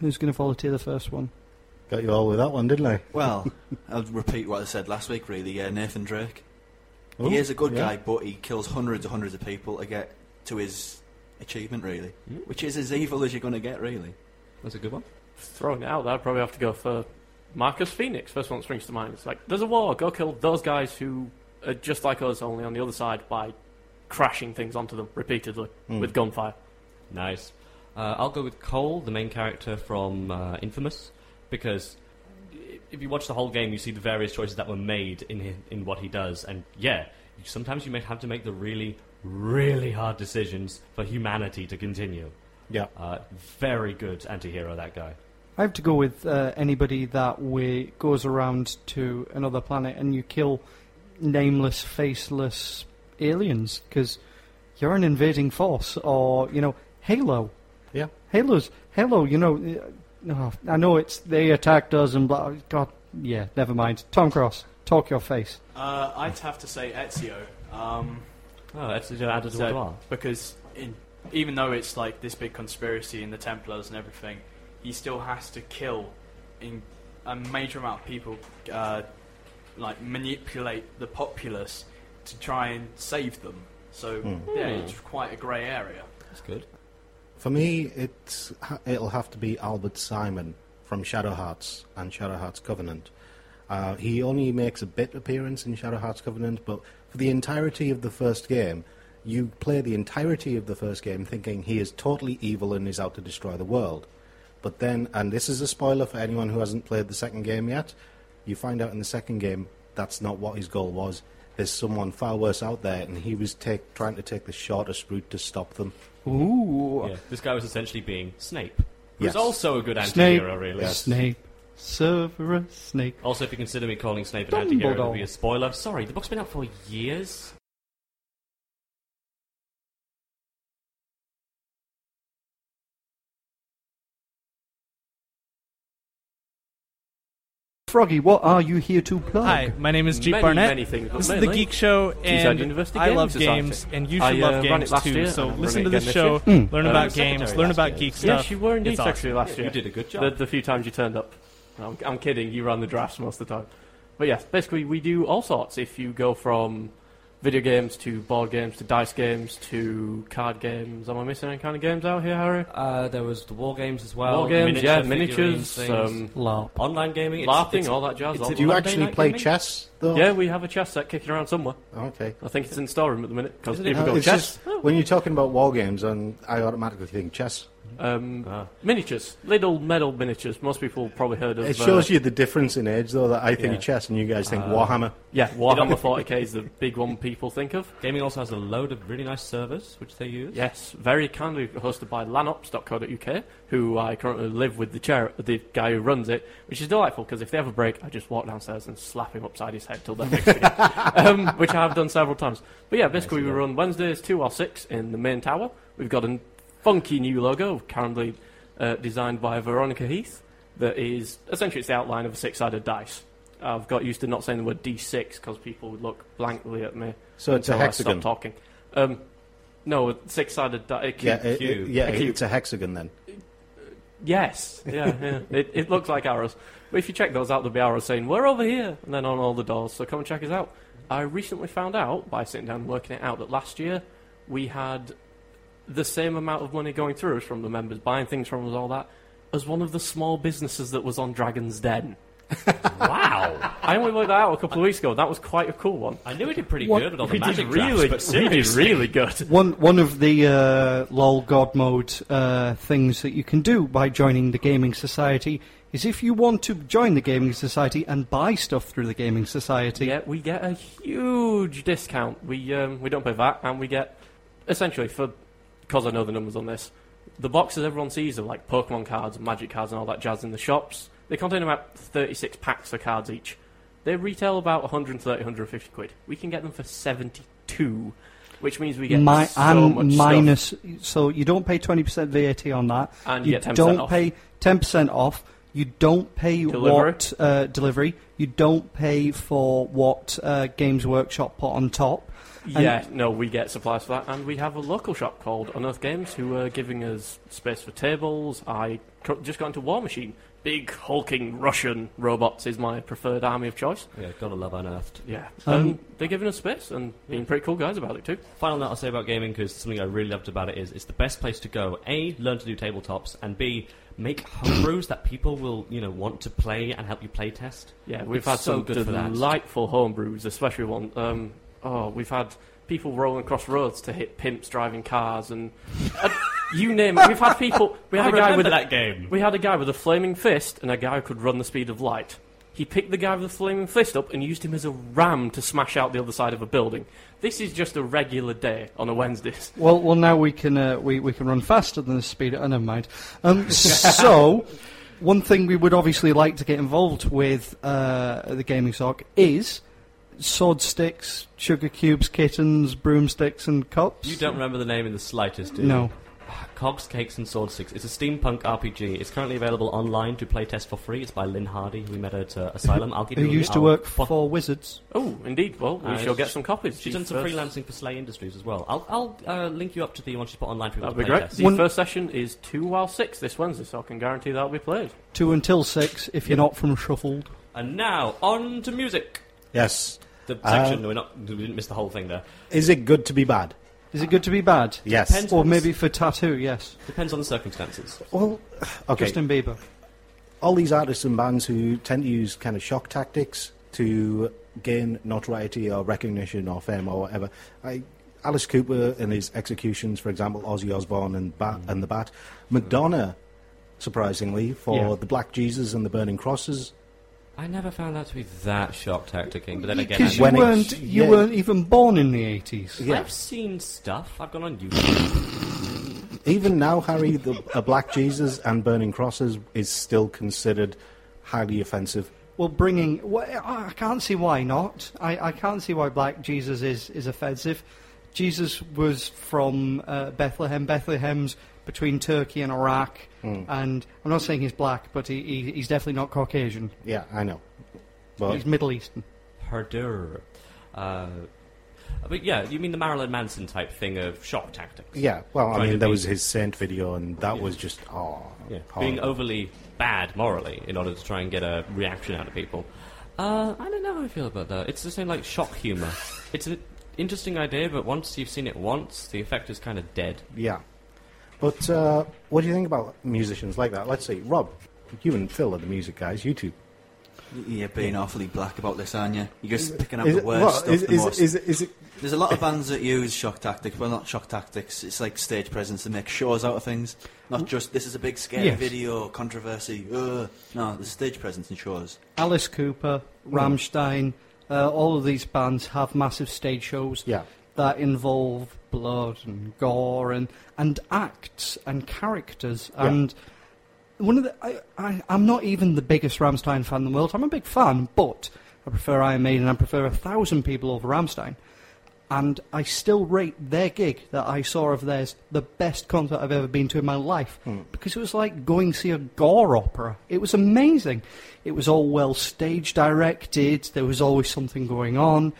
Who's going to volunteer the first one? Got you all with that one, didn't I? Well, I'll repeat what I said last week, really. Yeah, Nathan Drake. Ooh, he is a good yeah. guy, but he kills hundreds and hundreds of people to get to his achievement, really. Which is as evil as you're going to get, really. That's a good one. Throwing it out there, I'd probably have to go for Marcus Phoenix. First one that springs to mind. It's like, there's a war, go kill those guys who are just like us, only on the other side by crashing things onto them repeatedly with gunfire. Nice. Uh, I'll go with Cole, the main character from uh, Infamous, because i- if you watch the whole game, you see the various choices that were made in hi- in what he does, and yeah, you- sometimes you may have to make the really, really hard decisions for humanity to continue. Yeah. Uh, very good anti-hero, that guy. I have to go with uh, anybody that way goes around to another planet and you kill nameless, faceless aliens because you're an invading force, or you know, Halo. Yeah. Halo's Halo. You know, uh, no, I know it's they attacked us and blah. God, yeah, never mind. Tom Cross, talk your face. Uh, I'd have to say Ezio. Um, Oh, that's uh, added to So- what you are. because in, even though it's like this big conspiracy and the Templars and everything, he still has to kill in a major amount of people uh, like manipulate the populace to try and save them. So Hmm. yeah, it's quite a grey area. That's good. For me, it's, ha- it'll have to be Albert Simon from Shadow Hearts and Shadow Hearts Covenant. Uh, he only makes a bit appearance in Shadow Hearts Covenant, but for the entirety of the first game, you play the entirety of the first game thinking he is totally evil and is out to destroy the world. But then, and this is a spoiler for anyone who hasn't played the second game yet, you find out in the second game that's not what his goal was. There's someone far worse out there, and he was take, trying to take the shortest route to stop them. Ooh. Yeah, this guy was essentially being Snape, who's Yes. also a good Snape. anti-hero, really. Snape. Cerberus. Snake. Also, if you consider me calling Snape an anti-hero, it Dumbledore. would be a spoiler. Sorry, the book's been out for years. Froggy, what are you here to plug? Hi, my name is Jeep many, Barnett. many things, but this is the mainly Geek Show, and University I Gaming love Society. games, and you should I, uh, love ran games it last too. year, so and I'm listen to running this it show, again learn Uh, about secretary games, learn last about year. geek Yeah, stuff. you were indeed It's awesome. secretary last year. You did a good job. The, the few times you turned up. No, I'm, I'm kidding, you ran the drafts most of the time. But yes, basically, we do all sorts. If you go from video games to board games to dice games to card games, am I missing any kind of games out here, Harry? Uh, there was the war games as well. War games, yeah, miniature figurines, miniatures, things. um, LARP. online gaming, it's, laughing, it's- all that jazz. it's all a that- Do you Monday actually night play gaming? chess, though? Oh, yeah, we have a chess set kicking around somewhere. Okay. I think it's in the storeroom at the minute because Isn't it? people Uh, go it's chess. just- when you're talking about war games, and I automatically think chess. Um, Ah. Miniatures, little metal miniatures. Most people probably heard of. It uh, shows you the difference in age, though, that I think Yeah. chess and you guys think Warhammer. Yeah, Warhammer 40k is the big one people think of. Gaming also has a load of really nice servers which they use. Yes, very kindly hosted by lanops.co.uk, who I currently live with the chair, the guy who runs it, which is delightful because if they have a break, I just walk downstairs and slap him upside his head till they're fixed again, um, which I have done several times. But yeah, basically we run Wednesdays two or six in the main tower. We've got a funky new logo, currently uh, designed by Veronica Heath, that is essentially it's the outline of a six-sided dice. I've got used to not saying the word D6 because people would look blankly at me. So it's a until I stop hexagon. talking. Um, no, six-sided die. a cube. Yeah, it- it- cube. yeah, A cube. it's a hexagon then. Yes. Yeah, yeah. it, it looks like arrows. But if you check those out, there'll be arrows saying, we're over here, and then on all the doors, so come and check us out. I recently found out, by sitting down and working it out, that last year we had the same amount of money going through us from the members, buying things from us, all that, as one of the small businesses that was on Dragon's Den. Wow, I only worked that out a couple of weeks ago. That was quite a cool one. I knew we did pretty What- good with all the We did magic really, drafts, but we did seriously, really good. One one of the uh, lol god mode uh, things that you can do by joining the gaming society is if you want to join the gaming society and buy stuff through the gaming society. Yeah, we get a huge discount. We um, we don't pay VAT, and we get essentially for because I know the numbers on this. The boxes everyone sees are like Pokemon cards, Magic cards, and all that jazz in the shops. They contain about 36 packs of cards each. They retail about 130, 150 quid. We can get them for 72, which means we get Mi- so and much stuff, minus, so you don't pay twenty percent VAT on that. and you, you get 10% don't off. pay ten percent off. You don't pay Delivery. what uh, delivery. You don't pay for what uh, Games Workshop put on top. Yeah, no, we get supplies for that, and we have a local shop called Unearth Games who are giving us space for tables. I cr- just got into War Machine. Big hulking Russian robots is my preferred army of choice. yeah, gotta love unearthed. Yeah, Um, um, they're giving us space and being pretty cool guys about it too. Final note I'll say about gaming, because something I really loved about it is it's the best place to go. A, learn to do tabletops, and B, make homebrews that people will, you know, want to play and help you play test. Yeah, we've It's had so some good for that. delightful homebrews, especially one. Um, oh, we've had people rolling across roads to hit pimps driving cars, and uh, you name it. We've had people. We had I a guy remember with a- that game. We had a guy with a flaming fist and a guy who could run the speed of light. He picked the guy with the flaming fist up and used him as a ram to smash out the other side of a building. This is just a regular day on a Wednesdays. Well, well, now we can uh, we we can run faster than the speed. Oh, never mind. Um, so, one thing we would obviously like to get involved with uh, the gaming sock is sword sticks, sugar cubes, kittens, broomsticks, and cups. You don't remember the name in the slightest, do you? No. Cogs, Cakes, and Sword Six. It's a steampunk RPG. It's currently available online to playtest for free. It's by Lynn Hardy, who we met at uh, Asylum. I'll give Who you. used to I'll- work for Wizards? Oh, indeed. Well, we Uh, shall get she- some copies. She's The done some first- freelancing for Slay Industries as well. I'll, I'll uh, link you up to the one she's put online for you That'd to be play great. test. The One- first session is 2 while 6 this Wednesday, so I can guarantee that'll be played. Two until six, if you're not from Shuffled. And now on to music. Yes. The Uh, section we're not we didn't miss the whole thing there. Is it good to be bad? Is it good to be bad? Yes. Depends Or on maybe for Tattoo, yes. Depends on the circumstances. Well, okay. Justin Bieber. all these artists and bands who tend to use kind of shock tactics to gain notoriety or recognition or fame or whatever. I, Alice Cooper and his executions, for example, Ozzy Osbourne and, Bat, Mm. and the Bat. Madonna, surprisingly, for Yeah. the Black Jesus and the Burning Crosses. I never found that to be that shock tacticing, but then again, Because you, When it- weren't, you yeah. weren't even born in the 80s. Yeah. I've seen stuff. I've gone on YouTube. Even now, Harry, the, a Black Jesus and Burning Crosses is still considered highly offensive. Well, bringing. wh- I I can't see why not. I, I can't see why Black Jesus is, is offensive. Jesus was from uh, Bethlehem. Bethlehem's between Turkey and Iraq. And I'm not saying he's black, but he, he, he's definitely not Caucasian. Yeah, I know. But He's Middle Eastern. Herder. Uh, but yeah, you mean the Marilyn Manson type thing of shock tactics? yeah, well, I Trying to mean, there be- was his Saint video, and that was just oh, Yeah, being horrible. overly bad morally in order to try and get a reaction out of people. Uh, I don't know how I feel about that. It's the same like shock humor. It's an interesting idea, but once you've seen it once, the effect is kind of dead. Yeah. But uh, what do you think about musicians like that? Let's see. Rob, you and Phil are the music guys. You two. You're being awfully black about this, aren't you? You're just picking up Is the it- worst well, stuff. is- the is- most. is it- is it- There's a lot of bands that use shock tactics. Well, not shock tactics. It's like stage presence to make shows out of things. Mm. Not just this is a big scary Yes. video controversy. Ugh. No, there's stage presence in shows. Alice Cooper, Mm. Ramstein, uh, all of these bands have massive stage shows Yeah. that involve blood and gore and, and acts and characters. Yeah. And one of the, I, I, I'm not even the biggest Ramstein fan in the world. I'm a big fan, but I prefer Iron Maiden. I prefer a thousand people over Ramstein. And I still rate their gig that I saw of theirs the best concert I've ever been to in my life because it was like going to see a gore opera. It was amazing. It was all well stage directed. There was always something going on.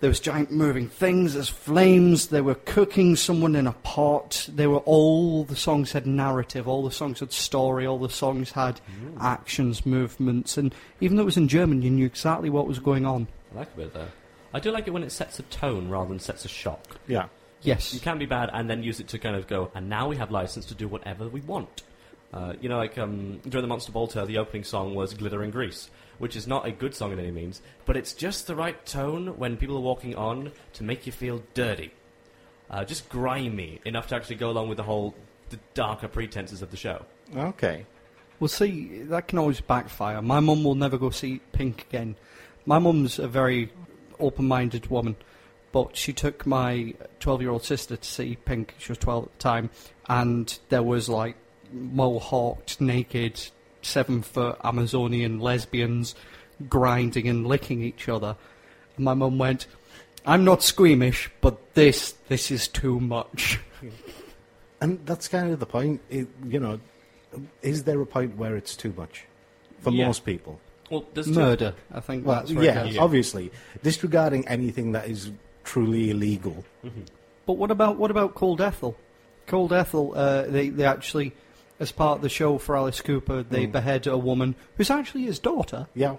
There was giant moving things. There's flames. They were cooking someone in a pot. They were all the songs had narrative. All the songs had story. All the songs had actions, movements, and even though it was in German, you knew exactly what was going on. I like a bit there. I do like it when it sets a tone rather than sets a shock. Yeah. Yes. You can be bad and then use it to kind of go, and now we have license to do whatever we want. Uh, you know, like um, during the Monster Ball tour, the opening song was Glitter and Grease, which is not a good song in any means, but it's just the right tone when people are walking on to make you feel dirty. Uh, just grimy, enough to actually go along with the whole the darker pretenses of the show. Okay. Well, see, that can always backfire. My mum will never go see Pink again. My mum's a very open minded woman, but she took my 12 year old sister to see Pink. She was 12 at the time, and there was like mohawked, naked, seven foot Amazonian lesbians grinding and licking each other. And my mum went, I'm not squeamish, but this, this is too much. And that's kind of the point. It, you know, is there a point where it's too much for Yeah. most people? Well, there's two- Murder, I think Well, that's where it yeah, goes. obviously. Disregarding anything that is truly illegal. But what about what about Cold Ethel? Cold Ethel, uh, they they actually, as part of the show for Alice Cooper, they Hmm. behead a woman who's actually his daughter, Yeah.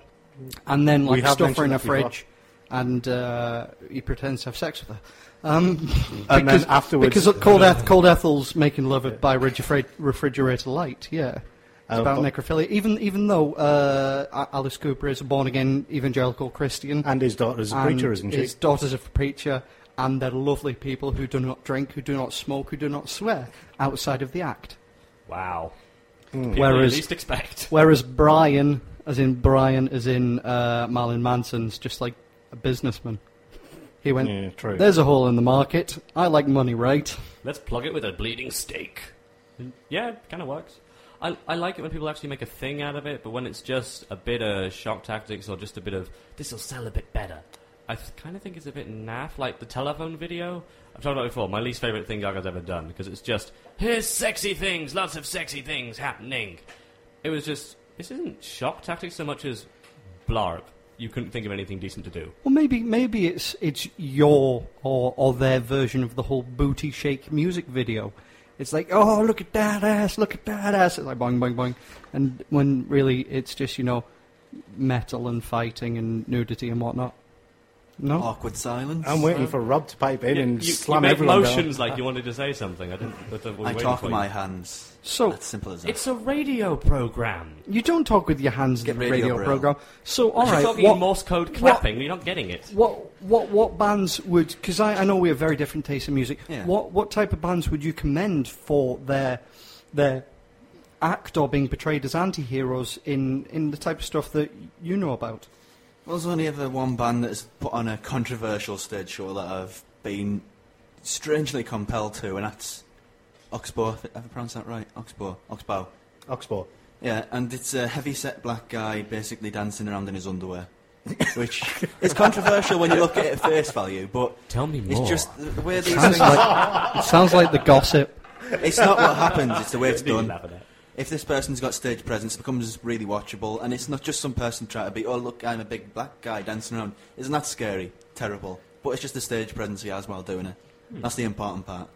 and then We like have stuff her in a mentioned that fridge, and uh, he pretends to have sex with her. Um, And then afterwards- uh, because Cold, Eth- Cold Ethel's making love by refri- refrigerator light. Yeah. It's Uh, about but- necrophilia, even even though uh, A- Alice Cooper is a born again evangelical Christian, And his daughter's a and preacher, isn't she? His daughters are a preacher, and they're lovely people who do not drink, who do not smoke, who do not swear outside of the act. Wow. People Whereas- you least expect. Whereas Brian, as in Brian, as in uh, Marlon Manson's, just like a businessman. He went, Yeah, true. there's a hole in the market. I like money, right? Let's plug it with a bleeding steak. Yeah, it kind of works. I, I like it when people actually make a thing out of it, but when it's just a bit of shock tactics or just a bit of this will sell a bit better, I kind of think it's a bit naff, like the telephone video. I've talked about it before. My least favorite thing Gaga's ever done because it's just here's sexy things, lots of sexy things happening. It was just this isn't shock tactics so much as blarb. You couldn't think of anything decent to do. Well, maybe maybe it's it's your or or their version of the whole booty shake music video. It's like, oh, look at that ass, look at that ass. It's like boing, boing, boing, and when really it's just you know, metal and fighting and nudity and whatnot. No, Oh. Awkward silence. I'm waiting for Rob to pipe in Yeah, and you, you slam made everyone motions down. like you wanted to say something. I didn't. I was I waiting talk for with you. Oh. my hands. So- That's simple as that. It's a radio program. you don't talk with your hands in Get the radio radio, braille. program. So all You're right, talking what- Morse code clapping. You're not getting it. What what what bands would? Because I, I know we have very different tastes in music. Yeah. What what type of bands would you commend for their their act or being portrayed as anti-heroes in in the type of stuff that you know about? Well, there's only ever one band that has put on a controversial stage show that I've been strangely compelled to, and that's Oxbow. I think- Have I pronounced that right? Oxbow. Oxbow. Oxbow. Yeah, and it's a heavy-set black guy basically dancing around in his underwear, which is controversial when you look at it at face value, but Tell me it's more. just the- the way these Sounds things... like, it sounds like the gossip. It's not what happens, it's the way it's You done. laugh at that. If this person's got stage presence, it becomes really watchable, and it's not just some person trying to be, oh, look, I'm a big black guy dancing around. Isn't that scary? Terrible. But it's just the stage presence he has while doing it. That's the important part.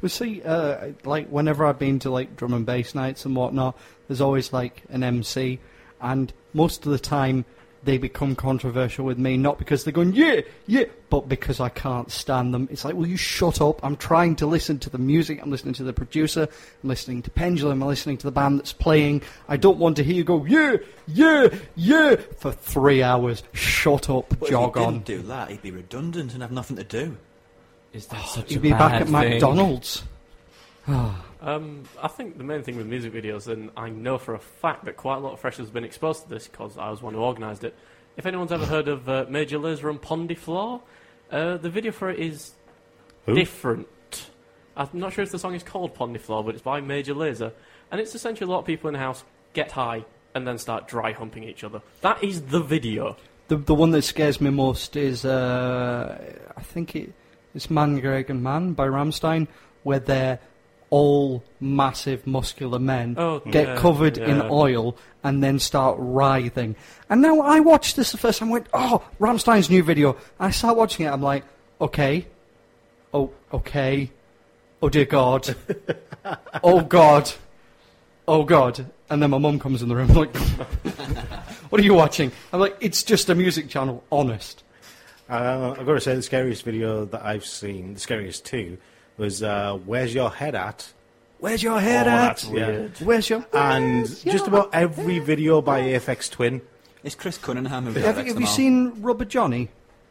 We see, uh, like, whenever I've been to like drum and bass nights and whatnot, there's always like an MC, and most of the time they become controversial with me, not because they're going yeah, yeah, but because I can't stand them. It's like, will you shut up? I'm trying to listen to the music. I'm listening to the producer. I'm listening to Pendulum. I'm listening to the band that's playing. I don't want to hear you go yeah, yeah, yeah for three hours. Shut up, But jog if he on. didn't do that, he'd be redundant and have nothing to do. Is Oh, that such You'd be back at McDonald's. Um, I think the main thing with music videos, and I know for a fact that quite a lot of freshers have been exposed to this because I was one who organised it. If anyone's ever heard of uh, Major Lazer and Pondy Floor, uh, the video for it is different. I'm not sure if the song is called Pondy Floor, but it's by Major Lazer, and it's essentially a lot of people in the house get high and then start dry humping each other. That is the video. The the one that scares me most is uh, I think it, it's Man Greg and Man by Ramstein, where they're all massive muscular men Oh, get yeah, covered in yeah. oil and then start writhing. And now I watched this the first time. I went, oh, Ramstein's new video. I start watching it. I'm like, okay, oh okay, oh dear God, oh God, oh God. And then my mum comes in the room like. What are you watching? I'm like, it's just a music channel, honest. Uh, I've got to say, the scariest video that I've seen, the scariest two, was uh, Where's Your Head At? Where's your head Oh, at? that's weird. Where's your And just Where's your- about every video by AFX Twin. It's Chris Cunningham who Have, directs have them you all. seen Rubber Johnny?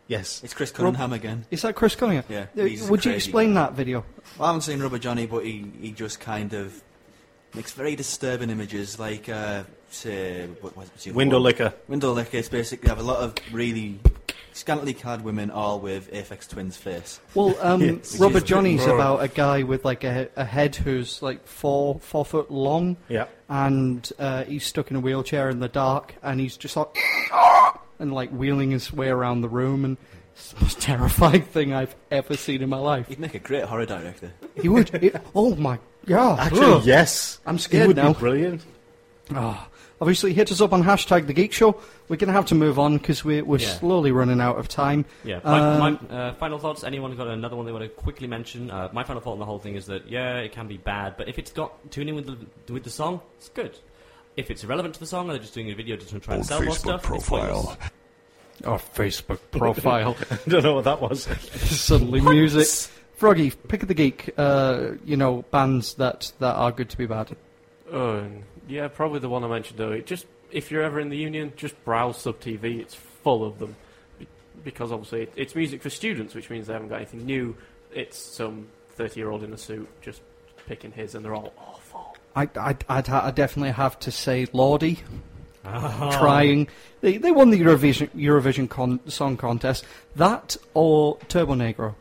Yes. It's Chris Cunningham again. Is that Chris Cunningham? Yeah, Uh, he's a Would you crazy explain guy. that video? Well, I haven't seen Rubber Johnny, but he, he just kind of makes very disturbing images, like, uh, say, what was it? Window licker. Window licker is basically have a lot of really scantily clad women, all with Aphex Twin's face. Well, um, Yes. Rubber Which is- Johnny's about a guy with like a, a head who's like four four foot long, Yeah. and uh, he's stuck in a wheelchair in the dark, and he's just like and like wheeling his way around the room, and it's the most terrifying thing I've ever seen in my life. He'd make a great horror director. He would. he- oh my god! Actually, Ugh. yes. I'm He scared would now. Be brilliant. Ah, obviously, hit us up on hashtag The Geek Show. We're going to have to move on because we're, we're Yeah. slowly running out of time. Yeah. Um, my, my, uh, final thoughts. Anyone got another one they want to quickly mention? Uh, my final thought on the whole thing is that yeah, it can be bad, but if it's got tuning with the with the song, it's good. If it's irrelevant to the song, or they're just doing a video to try and sell more stuff. It's pointless. Our Facebook profile. I don't know what that was. Suddenly, music. Froggy, pick of the geek. Uh, you know, bands that, that are good to be bad. Oh, yeah, probably the one I mentioned earlier. Just if you're ever in the union, just browse Sub TV. It's full of them Be- because obviously it, it's music for students, which means they haven't got anything new. It's some thirty-year-old in a suit just picking his, and they're all awful. I, I, I'd ha- I definitely have to say Lordy. Trying. They, they won the Eurovision, Eurovision con- Song Contest. That or Turbo Negro,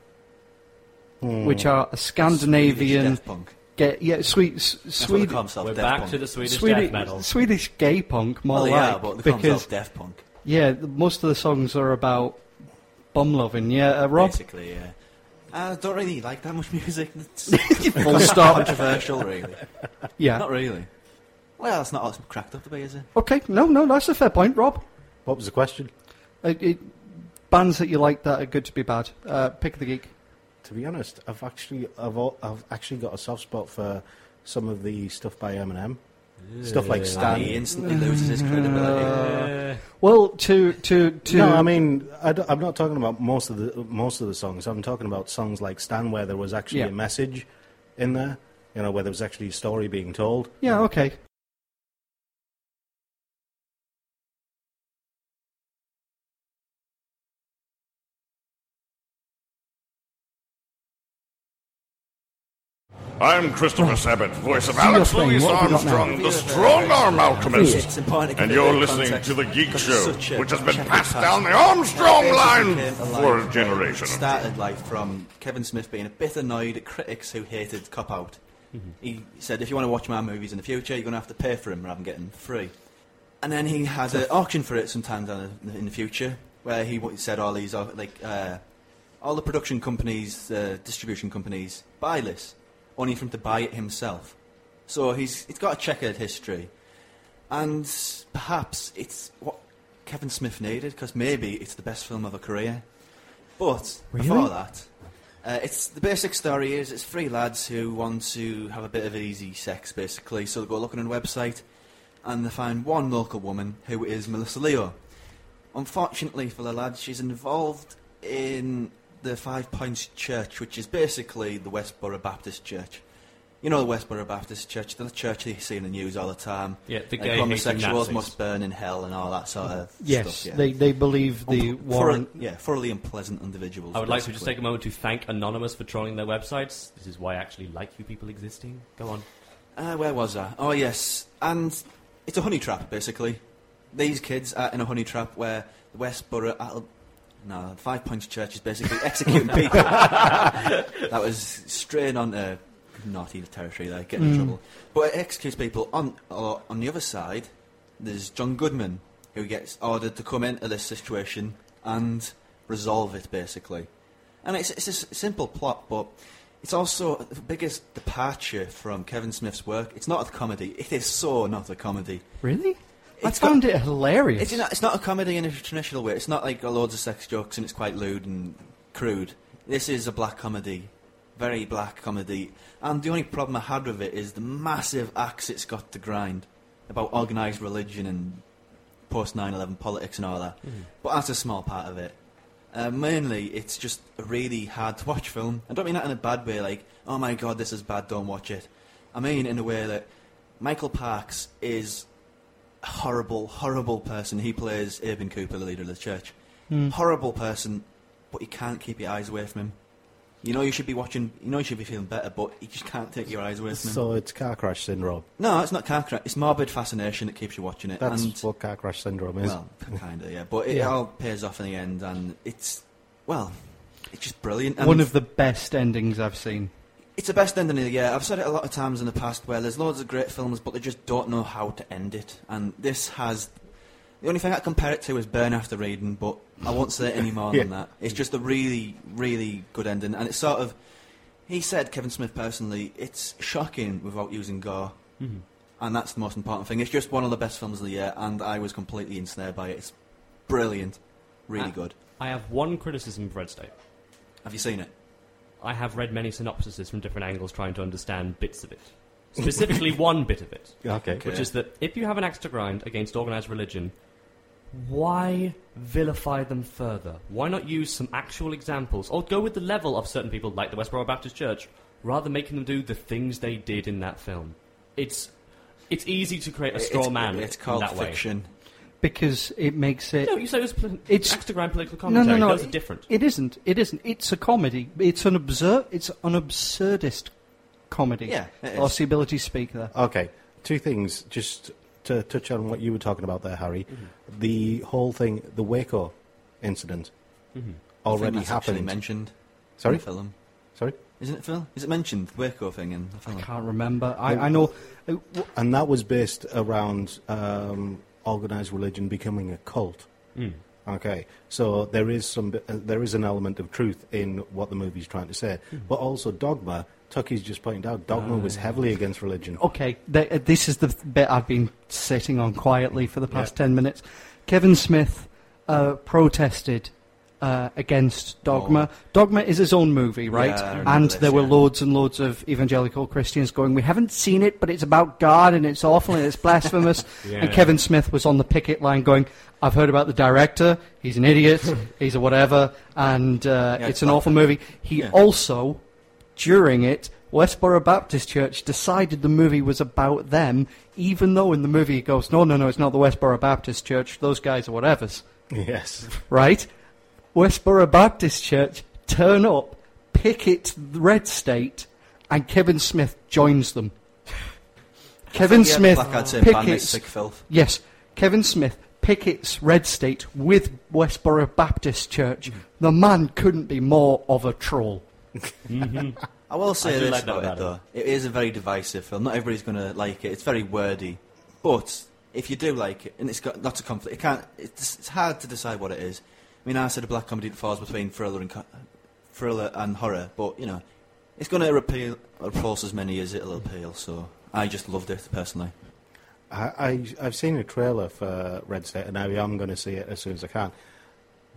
which are a Scandinavian. Swedish death punk. Get, yeah, sweet, s- That's what they Swedish. call themselves, We're death back punk. to the Swedish Swedish, death metal. Swedish gay punk, more Well, they like are, but they call themselves because death punk. yeah, th- most of the songs are about Bum loving, yeah. Uh, Rob, Basically, yeah. I don't really like that much music. It's full stop. Controversial, really. yeah. Not really. Well, it's not all it's cracked up to be, is it? Okay, no, no, that's a fair point, Rob. What was the question? Uh, it, bands that you like that are good to be bad. Uh, pick the geek. To be honest, I've actually I've, all, I've actually got a soft spot for some of the stuff by Eminem. Stuff like And he Stan. instantly loses his credibility. Well, to to to. No, I mean I am not talking about most of the most of the songs. I'm talking about songs like Stan where there was actually Yeah. a message in there. You know, where there was actually a story being told. yeah, okay. I'm Christopher Sabat, voice of your Alex thing, Louis what have we got now? Armstrong, the strong arm It's alchemist. important to And give it you're the listening context, to The Geek because Show, such a which has been checkered passed past. down the Armstrong It basically line came to life for a from- generation. Started life from Kevin Smith being a bit annoyed at critics who hated Cop Out. He said, if you want to watch my movies in the future, you're going to have to pay for them rather than getting them free. And then he had an auction for it sometime down in the future, where he wa- said all these, uh, like, uh, all the production companies, uh, distribution companies, buy this, only for him to buy it himself. So he's, he's got a checkered history. And perhaps it's what Kevin Smith needed, because maybe it's the best film of her career. But before that, uh, it's the basic story is it's three lads who want to have a bit of easy sex, basically. So they go looking on a website, and they find one local woman who is Melissa Leo. Unfortunately for the lads, she's involved in the Five Points Church, which is basically the Westboro Baptist Church. You know the Westboro Baptist Church, the church you see in the news all the time. Yeah, the Like, gay-hating homosexuals Nazis. must burn in hell and all that sort of Yes, stuff. yeah. Um, they they believe the Unpl- warrant. thoroughly- yeah, thoroughly unpleasant individuals. I would like to just basically. take a moment to thank Anonymous for trolling their websites. This is why I actually like you people existing. Go on. Uh, where was I? Oh, yes. And it's a honey trap, basically. These kids are in a honey trap where the Westboro. Al- no, Five Points Church is basically executing people. that was straying onto naughty territory there, getting in trouble. But it executes people. On, or on the other side, there's John Goodman, who gets ordered to come into this situation and resolve it, basically. And it's, it's a s- simple plot, but it's also the biggest departure from Kevin Smith's work. It's not a comedy. It is so not a comedy. Really? I It's found got- it hilarious. It's not, it's not a comedy in a traditional way. It's not like uh, loads of sex jokes and it's quite lewd and crude. This is a black comedy. Very black comedy. And the only problem I had with it is the massive axe it's got to grind about organised religion and post 9 11 politics and all that. But that's a small part of it. Uh, mainly, it's just a really hard to watch film. I don't mean that in a bad way, like, oh my god, this is bad, don't watch it. I mean in a way that Michael Parks is a horrible, horrible person. He plays Urban Cooper, the leader of the church. Hmm. Horrible person, but you can't keep your eyes away from him. You know you should be watching, you know you should be feeling better, but you just can't take your eyes away from him. So it's car crash syndrome. no, it's not car crash. It's morbid fascination that keeps you watching it. That's and what car crash syndrome is. well, kind of, yeah. But it all pays off in the end, and it's well, it's just brilliant. And one of the best endings I've seen. it's the best ending of the year. I've said it a lot of times in the past, where there's loads of great films, but they just don't know how to end it. And this has the only thing I compare it to is Burn After Reading, but I won't say any more than that. It's just a really, really good ending, and it's sort of. He said, Kevin Smith personally, it's shocking without using gore. Mm-hmm. And that's the most important thing. It's just one of the best films of the year, and I was completely ensnared by it. It's brilliant. Really Uh, good. I have one criticism of Red State. Have you seen it? I have read many synopsises from different angles trying to understand bits of it. Specifically, one bit of it. Okay. Which is that if you have an axe to grind against organized religion, why vilify them further? Why not use some actual examples or go with the level of certain people like the Westboro Baptist Church rather than making them do the things they did in that film? It's it's easy to create a straw It's- man It's called in that fiction. because it makes it. way. No, you say it was poli- It's- axe to grind political commentary. Those are it- different. It isn't. It isn't. It's a comedy. It's an absurd. It's an absurdist comedy. Yeah, it is. Oh. Lost the ability to speak there. Okay, two things just to touch on what you were talking about there, Harry. Mm-hmm. The whole thing, the Waco incident, Mm-hmm. I think already that's actually happened. mentioned. Sorry? in the film. Mm-hmm. Sorry, Isn't it Phil? Is it mentioned the Waco thing in the film? Can't remember. I, I know. uh, w- and Hmm. that was based around um, organized religion becoming a cult. Okay, so there is some, uh, there is an element of truth in what the movie's trying to say, Hmm. but also dogma. Tucky's just pointed out dogma Ah. was heavily against religion. Okay, th- uh, this is the bit I've been sitting on quietly for the past 10 minutes. Kevin Smith uh, protested uh, against Dogma. Dogma is his own movie, right? Oh. Yeah, I remember and this, there were yeah. loads and loads of evangelical Christians going, We haven't seen it, but it's about God and it's awful and it's blasphemous. Yeah. And Kevin Smith was on the picket line going, I've heard about the director, he's an idiot, he's a whatever, and uh, Yeah, it's it's an like awful that. movie. He Yeah. also during it, Westboro Baptist Church decided the movie was about them, even though in the movie it goes, no, no, no, it's not the Westboro Baptist Church, those guys are whatevers, Yes. right? Westboro Baptist Church turn up, picket the red state, and Kevin Smith joins them. Kevin Yeah, Smith placards saying ban this pickets sick filth. Yes, Kevin Smith pickets Red State with Westboro Baptist Church. Mm-hmm. The man couldn't be more of a troll. Mm-hmm. I will say do this like that about, about it it. though. It is a very divisive film. Not everybody's going to like it. It's very wordy. But if you do like it, and it's got lots of conflict, it can't, it's, it's hard to decide what it is. I mean, I said a black comedy that falls between thriller and, co- thriller and horror, but, you know, it's going to appeal, repulse as many as it'll appeal, so I just loved it, personally. I, I, I've seen a trailer for Red State, and I am going to see it as soon as I can.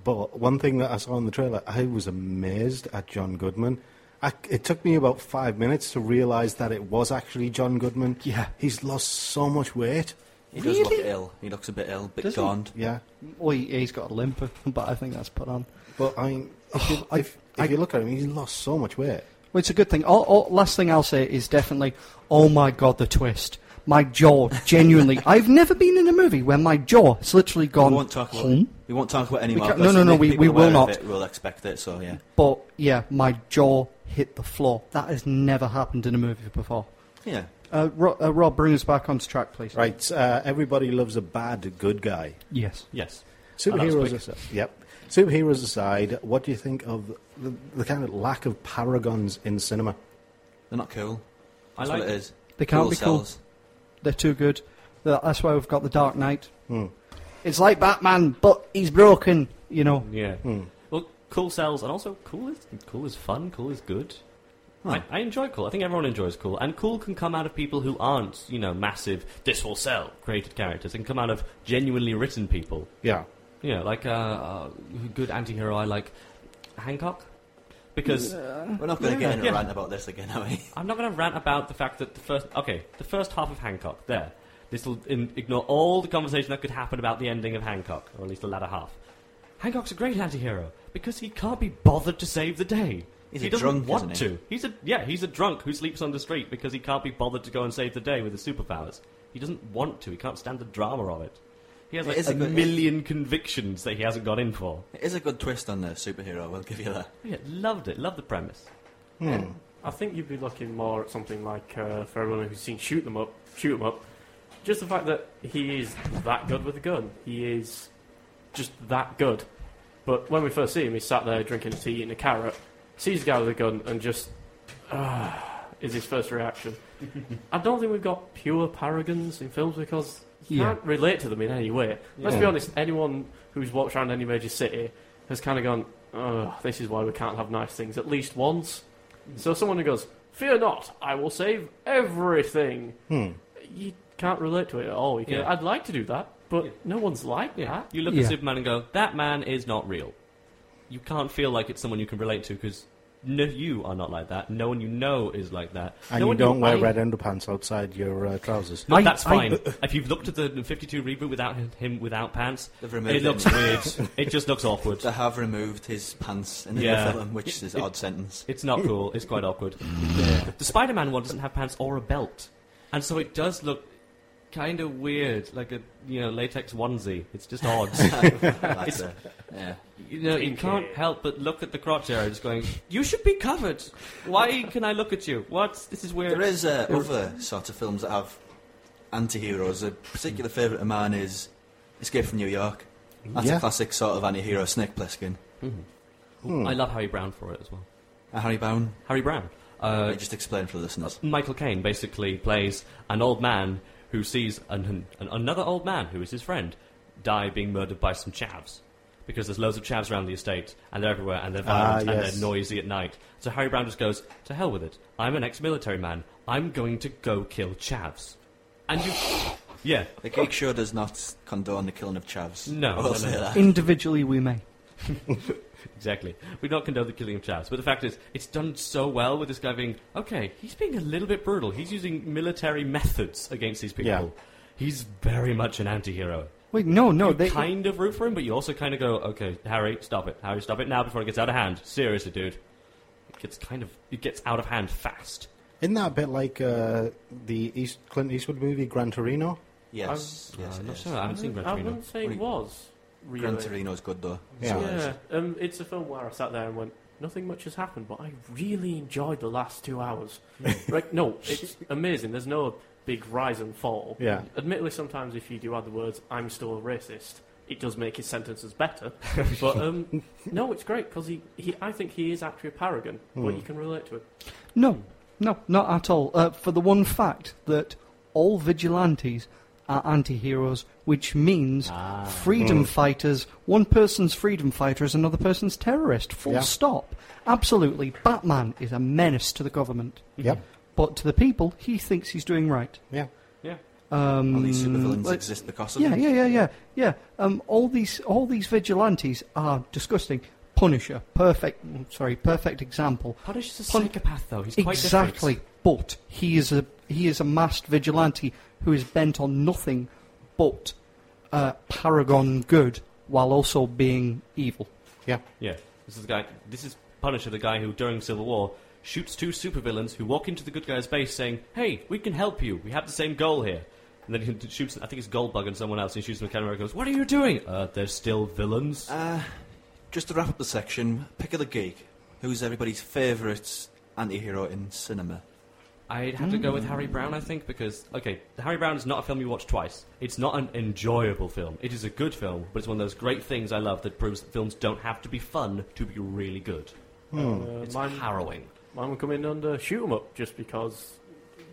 But one thing that I saw in the trailer, I was amazed at John Goodman. I, it took me about five minutes to realise that it was actually John Goodman. Yeah. He's lost so much weight. He does look Really? ill. He looks a bit ill, a bit Does he? gone. Yeah. Well, he, he's got a limp, but I think that's put on. But I mean, if you, I- if, if you look at him, he's lost so much weight. Well, it's a good thing. All, all, last thing I'll say is definitely, oh my god, the twist. My jaw, genuinely. I've never been in a movie where my jaw has literally gone. We won't talk about "Hmm?" We won't talk about We any more. can't- because no, no, no, if we- people we are aware will of not. It, we'll expect it, so yeah. But yeah, my jaw hit the floor. That has never happened in a movie before. Yeah. Uh, Ro- uh, Rob, bring us back onto track, please. Right. Uh, everybody loves a bad good guy. Yes. Yes. Superheroes quick. aside, yep. Superheroes aside, what do you think of the, the kind of lack of paragons in cinema? They're not cool. I That's like what it it. is. They can't Cool be cool. sells. They're too good. That- That's why we've got the Dark Knight. It's like Batman, but he's broken. You know. Yeah. Well, cool sells, and also cool is cool is fun. Cool is good. I, I enjoy cool. I think everyone enjoys cool, and cool can come out of people who aren't, you know, massive. This will sell. Created characters It can come out of genuinely written people. Yeah. You know, like uh, uh, good anti-hero I like Hancock, because We're not going to get in a Yeah. rant about this again, are we? I'm not going to rant about the fact that the first okay, the first half of Hancock there. This will in, ignore all the conversation that could happen about the ending of Hancock, or at least the latter half. Hancock's a great anti-hero because he can't be bothered to save the day. He's he a doesn't drunk, want isn't he? to. He's a yeah, he's a drunk who sleeps on the street because he can't be bothered to go and save the day with his superpowers. He doesn't want to. He can't stand the drama of it. He has It like is a, a good- million convictions that he hasn't gone in for. It is a good twist on the superhero, we'll give you that. Yeah, loved it. Loved the premise. I think you'd be looking more at something like uh, for everyone who's seen Shoot Them Up, Shoot 'Em Up. Just the fact that he is that good with a gun. He is just that good. But when we first see him, he's sat there drinking tea, eating a carrot, sees the guy with a gun, and just ah is his first reaction. I don't think we've got pure paragons in films because you Yeah. can't relate to them in any way. Let's be honest. Anyone who's walked around any major city has kind of gone, "Oh, this is why we can't have nice things at least once." So someone who goes, "Fear not, I will save everything," you can't relate to it at all. You can, Yeah. I'd like to do that, but no one's like that. You look Yeah. at Superman and go, that man is not real. You can't feel like it's someone you can relate to because no, you are not like that. No one you know is like that. And no you one don't wear I- red underpants outside your uh, trousers. No, I- that's I- fine. if you've looked at the 52 reboot without him, him without pants, They've removed it looks him. weird. It just looks awkward. They have removed his pants in the Yeah. film, which is It- an odd sentence. It's not cool. It's quite awkward. The Spider-Man one doesn't have pants or a belt, and so it does look kind of weird, like a you know latex onesie. It's just odd. That's it. Yeah. You know, you can't help but look at the crotch area, just going, "You should be covered. Why can I look at you? What? This is weird." There is uh, other sort of films that have anti-heroes. A particular favourite of mine is Escape from New York. That's Yeah. a classic sort of anti-hero, Snake Plissken. I love Harry Brown for it as well. Uh, Harry Bown, Harry Brown. I Uh, just explained for the listeners. Michael Caine basically plays an old man who sees an, an, another old man who is his friend die being murdered by some chavs. because there's loads of chavs around the estate and they're everywhere and they're Ah, violent and yes. they're noisy at night. So Harry Brown just goes, to hell with it. I'm an ex-military man. I'm going to go kill chavs. And you... Yeah. The Geek Show does not condone the killing of chavs. No, I no, will no, say no. that. Individually, we may. Exactly. We do not condone the killing of chavs, but the fact is, it's done so well with this guy being okay. He's being a little bit brutal. He's using military methods against these people. Yeah. He's very much an anti-hero. Wait, no, no. you They, kind of root for him, but you also kind of go, okay, Harry, stop it, Harry, stop it now before it gets out of hand. Seriously, dude, it gets kind of it gets out of hand fast. Isn't that a bit like uh, the East, Clint Eastwood movie, Gran Torino? Yes. I'm- yes, Uh, I'm it not is. sure. I haven't seen Gran I Torino. wouldn't say What do it you- was. Really. Gran Torino's good though. Yeah. So, Yeah, um, it's a film where I sat there and went, nothing much has happened, but I really enjoyed the last two hours. right? No, it's amazing. There's no big rise and fall. Yeah. Admittedly, sometimes if you do add the words "I'm still a racist," it does make his sentences better. but um, no, it's great because he, he, I think he is actually a paragon, Hmm. but you can relate to it. No, no, not at all. Uh, for the one fact that all vigilantes are anti heroes, which means Hmm. freedom fighters, one person's freedom fighter is another person's terrorist. Full Yeah. stop. Absolutely. Batman is a menace to the government. Yep. But to the people, he thinks he's doing right. Yeah. Yeah. Um, All these supervillains like- exist because of yeah, him. yeah, yeah, yeah, yeah. Um, all these all these vigilantes are disgusting. Punisher, perfect. mm, Sorry, perfect example. Punisher's a Pun- psychopath, though. He's quite Exactly, but he is a he is a masked vigilante who is bent on nothing but uh, paragon good while also being evil. Yeah. Yeah, this is the guy. This is Punisher, the guy who during Civil War shoots two supervillains who walk into the good guy's base saying, "Hey, we can help you. We have the same goal here." And then he shoots. I think it's Goldbug and someone else. And he shoots McCann and goes, "What are you doing? Uh, they're still villains." Uh, just to wrap up the section, pick of the geek. Who's everybody's favourite anti-hero in cinema? I'd have to go with Harry Brown, I think, because okay, Harry Brown is not a film you watch twice. It's not an enjoyable film. It is a good film, but it's one of those great things I love that proves that films don't have to be fun to be really good. Hmm. Hmm. Uh, It's mine- harrowing. Mine will come in under shoot 'em up just because.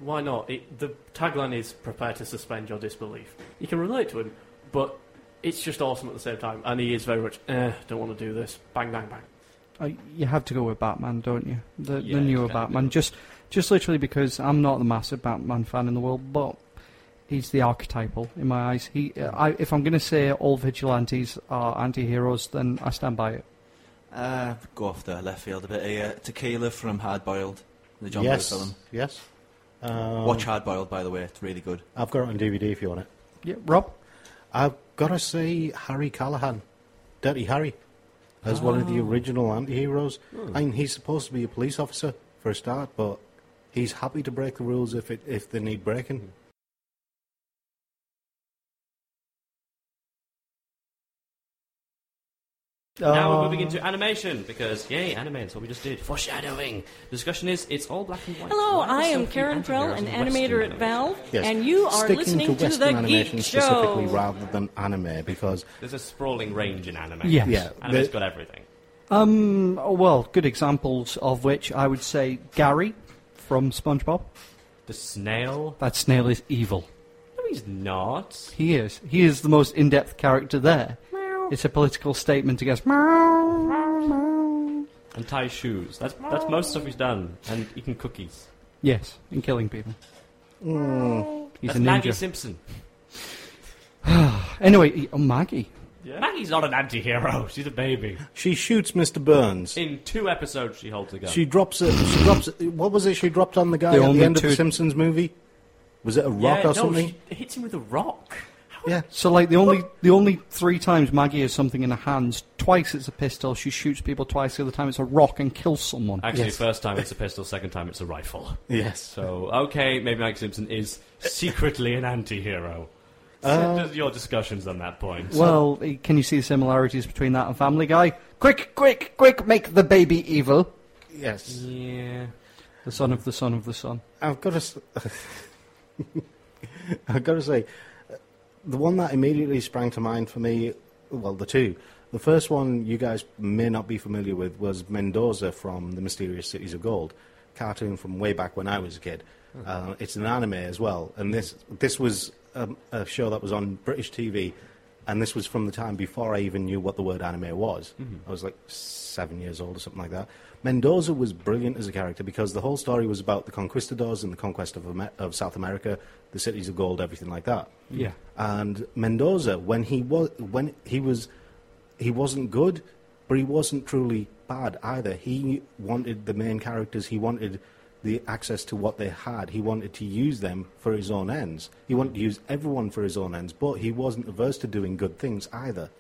Why not? It, the tagline is "Prepare to suspend your disbelief." You can relate to him, but it's just awesome at the same time. And he is very much, eh, don't want to do this. Bang, bang, bang. Uh, you have to go with Batman, don't you? The, Yeah, the newer you have to Batman, just just literally because I'm not the massive Batman fan in the world, but he's the archetypal in my eyes. He, uh, I, if I'm going to say all vigilantes are anti-heroes, then I stand by it. Uh, go off the left field a bit here. Tequila from Hard Boiled, the John yes. Woo film. Yes. Um, Watch Hard Boiled, by the way. It's really good. I've got it on DVD if you want it. Yeah, Rob. I've got to say Harry Callahan, Dirty Harry, as one Ah. of the original anti-heroes. Hmm. I mean, he's supposed to be a police officer for a start, but he's happy to break the rules if it, if they need breaking. Now we're moving into animation because yay, anime is what we just did. Foreshadowing. The discussion is it's all black and white. Hello, Why are I so am few Karen Prell, antiheroes an in Western animator at animation? Valve, Yes. and you are Sticking listening to to, Western the animation Geek specifically Show. rather than anime because There's a sprawling range in anime. Yes. Yeah, anime's the- got everything. Um, oh, well, good examples of which I would say Gary from SpongeBob. The snail. That snail is evil. No, he's not. He is. He is the most in-depth character there. It's a political statement against. Meow, meow, meow. And ties shoes. That's that's most stuff he's done. And eating cookies. Yes, and killing people. He's that's a Maggie ninja. Simpson. anyway, he- oh, Maggie. Maggie's not an anti-hero. She's a baby. she shoots Mr. Burns. In two episodes, she holds a gun. She drops it. She drops it. What was it? She dropped on the guy The at only the end of two- the Simpsons movie. Was it a rock yeah, or no, something? She hits him with a rock. Yeah. So like the only the only three times Maggie has something in her hands. Twice it's a pistol. She shoots people twice. The other time it's a rock and kills someone. Actually, Yes. first time it's a pistol, second time it's a rifle. Yes. So, okay, maybe Maggie Simpson is secretly an anti-hero. Uh, Send us your discussions on that point. Well, eh, can you see the similarities between that and Family Guy? Quick, quick, quick! Make the baby evil. Yes. yeah. The son of the son of the son. I've got to. s- I've got to say, uh, the one that immediately sprang to mind for me. Well, the two. The first one you guys may not be familiar with was Mendoza from the Mysterious Cities of Gold, cartoon from way back when I was a kid. Uh, it's an anime as well, and this this was um, a show that was on British TV and this was from the time before I even knew what the word anime was. Mhm. I was like seven years old or something like that. Mendoza was brilliant as a character because the whole story was about the conquistadors and the conquest of, Amer- of South America, the cities of gold, everything like that. Yeah. And Mendoza, when he was when he was he wasn't good, but he wasn't truly bad either. He wanted the main characters. He wanted the access to what they had. He wanted to use them for his own ends. He wanted to use everyone for his own ends, but he wasn't averse to doing good things either.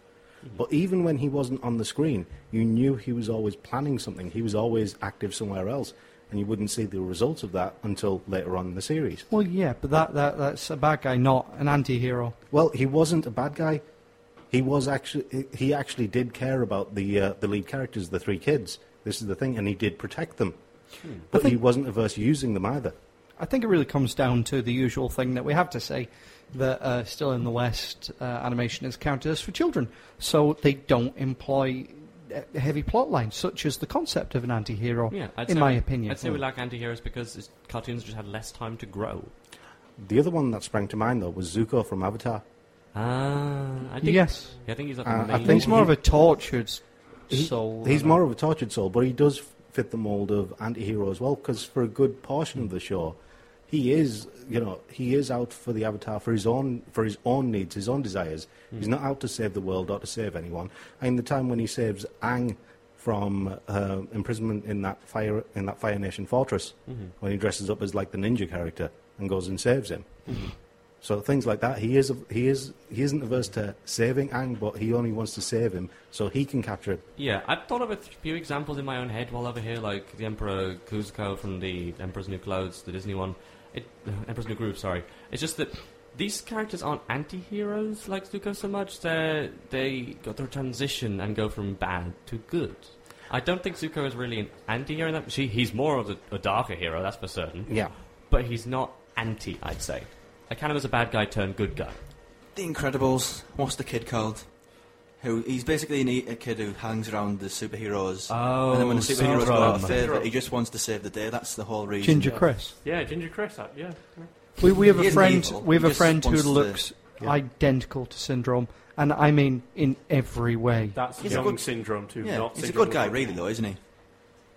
But even when he wasn't on the screen, you knew he was always planning something. He was always active somewhere else, and you wouldn't see the results of that until later on in the series. Well, yeah, but that, that that's a bad guy, not an anti-hero. Well, he wasn't a bad guy. He was actually he actually did care about the uh, the lead characters, the three kids. This is the thing, and he did protect them, but he wasn't averse to using them either. I think it really comes down to the usual thing that we have to say that uh, still in the West, uh, animation is counted as for children, so they don't employ uh, heavy plot lines such as the concept of an anti-hero. Yeah, I'd in say- my opinion, I'd say we lack anti-heroes because it's- cartoons just had less time to grow. The other one that sprang to mind though was Zuko from Avatar. Ah, I think- Yes. Uh, I think he's like the main- He's more of a tortured soul He's than more of a tortured soul, but he does fit the mold of anti-hero as well. Because for a good portion of the show, he is you know he is out for the Avatar for his own for his own needs, his own desires. He's not out to save the world or to save anyone. And the time when he saves Ang from uh, imprisonment in that fire in that Fire Nation fortress, Mhm. when he dresses up as like the ninja character and goes and saves him. So things like that. He is he is he isn't averse to saving Ang, but he only wants to save him so he can capture him. Yeah, I've thought of a th- few examples in my own head while over here, like the Emperor Kuzco from the Emperor's New Clothes, the Disney one. It, Emperor's New Groove, sorry. It's just that these characters aren't anti-heroes like Zuko so much. They they go through a transition and go from bad to good. I don't think Zuko is really an anti-hero. In that she, he's more of a, a darker hero, that's for certain. Yeah. but he's not anti. I'd say. I kind of as a bad guy turned good guy. The Incredibles. What's the kid called? Who he's basically an, e- a kid who hangs around the superheroes. Oh, and then when the superheroes go out of Syndrome. favour, he just wants to save the day. That's the whole reason. Ginger Chris. Yeah, Ginger Chris. uh, Yeah. We, we have He a isn't friend. evil. We have He a just friend who wants to- looks identical to Syndrome, and I mean in every way. That's He's a young syndrome too. Yeah, not he's a syndrome good guy, of- really, though, isn't he?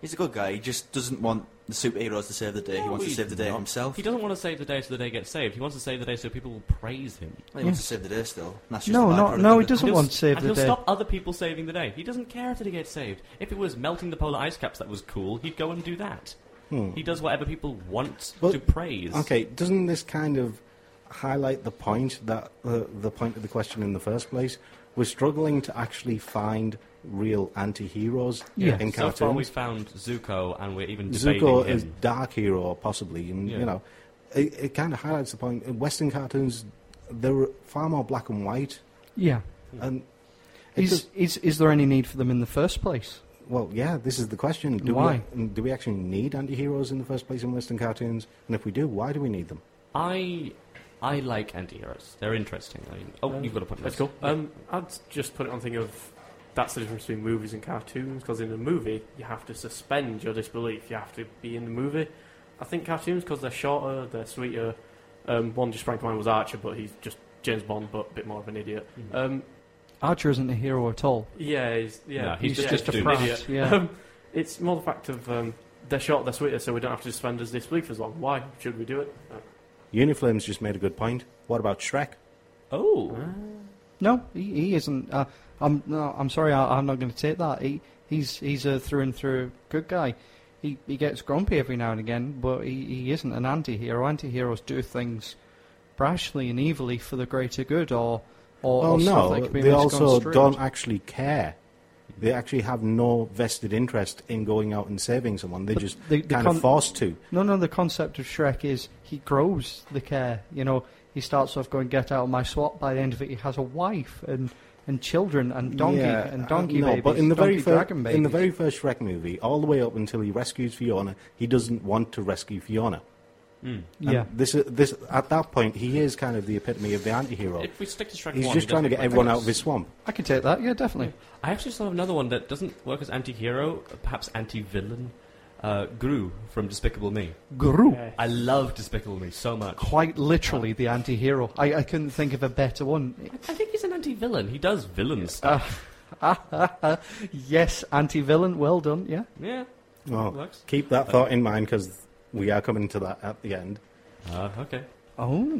He's a good guy. He just doesn't want the superheroes to save the day. he wants to he's save the day not. himself. He doesn't want to save the day so the day gets saved. He wants to save the day so people will praise him. Well, he wants to save the day still. and That's just No, the no, byproduct no, of he it. doesn't And he'll- want to save and the he'll day. stop other people saving the day. He doesn't care if the day gets saved. If it was melting the polar ice caps that was cool, he'd go and do that. Hmm. He does whatever people want Well, to praise. Okay, doesn't this kind of highlight the point that uh, the point of the question in the first place? We're struggling to actually find real anti-heroes in so cartoons. far we found Zuko, and we're even debating Zuko him. is dark hero, possibly, and Yeah. you know, it, it kind of highlights the point. In Western cartoons, they were far more black and white. Yeah. And it Is, just- is is there any need for them in the first place? well, yeah, this is the question. Do Why? we do we actually need anti-heroes in the first place in Western cartoons? And if we do, why do we need them? I, I like anti-heroes. They're interesting. I mean, oh, Um, you've got a point. That's Liz. cool. Um, I'd just put it on the thing of that's the difference between movies and cartoons because in a movie you have to suspend your disbelief. You have to be in the movie. I think cartoons because they're shorter, they're sweeter. Um, one just sprang to mind was Archer, but he's just James Bond, but a bit more of an idiot. Mm-hmm. Um, Archer isn't a hero at all. yeah, he's, yeah, No, he's yeah, just a an prat, idiot. yeah. Um, it's more the fact of um, they're short, they're sweeter, so we don't have to suspend our disbelief as long. Why should we do it? Uh, Uniflame's just made a good point. What about Shrek? Oh, No, he, he isn't. Uh, I'm no, I'm sorry, I, I'm not going to take that. He he's he's a through and through good guy. He he gets grumpy every now and again, but he, he isn't an anti-hero. Anti-heroes do things brashly and evilly for the greater good, or or, well, or Oh, no, stuff that can be they also misconstrued. don't actually care. They actually have no vested interest in going out and saving someone. They're just the- the kind con- of forced to. No, no, the concept of Shrek is he grows the care. You know, he starts off going, get out of my swat. By the end of it, he has a wife and, and children and donkey Yeah, and uh, donkey no, babies. but in the donkey very fir- dragon babies. in the very first Shrek movie, all the way up until he rescues Fiona, he doesn't want to rescue Fiona. Mm. And Yeah. This is this at that point he is kind of the epitome of the anti-hero. If we stick to Shrek he's 1, just he trying to doesn't get make everyone sense. out of his swamp. I can take that. Yeah, definitely. I actually saw another one that doesn't work as anti-hero, perhaps anti-villain. uh, Gru from Despicable Me. Gru? Yes. I love Despicable Me so much. Quite literally the anti hero. I, I couldn't think of a better one. I think he's an anti villain. He does villain stuff. yes, anti villain. Well done, yeah. yeah. Oh, Works. keep that thought in mind because we are coming to that at the end. Uh, okay. Oh,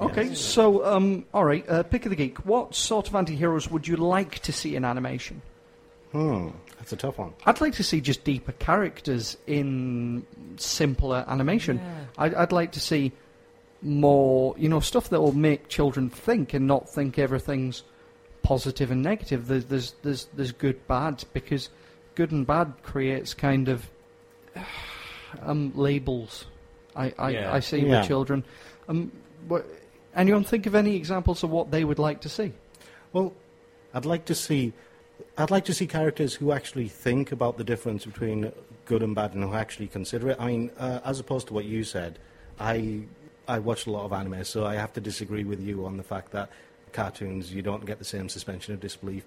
okay. So, um, all right, uh, pick of the geek. What sort of anti heroes would you like to see in animation? Hmm, that's a tough one. I'd like to see just deeper characters in simpler animation. Yeah. I'd, I'd like to see more, you know, stuff that will make children think and not think everything's positive and negative. There's there's there's, there's good bad because good and bad creates kind of um, labels. I I, Yeah. I see Yeah. with children. Um, what, anyone think of any examples of what they would like to see? Well, I'd like to see, I'd like to see characters who actually think about the difference between good and bad and who actually consider it. I mean, uh, as opposed to what you said, I I watched a lot of anime, so I have to disagree with you on the fact that cartoons you don't get the same suspension of disbelief.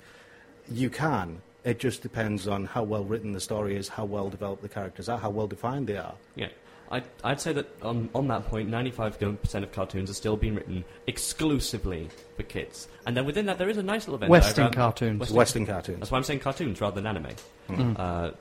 You can. It just depends on how well written the story is, how well developed the characters are, how well defined they are. Yeah. I'd, I'd say that on, on that point, 95% of cartoons are still being written exclusively for kids. And then within that, there is a nice little Venn Western diagram. cartoons. Western cartoons. That's why I'm saying cartoons rather than anime. Uh,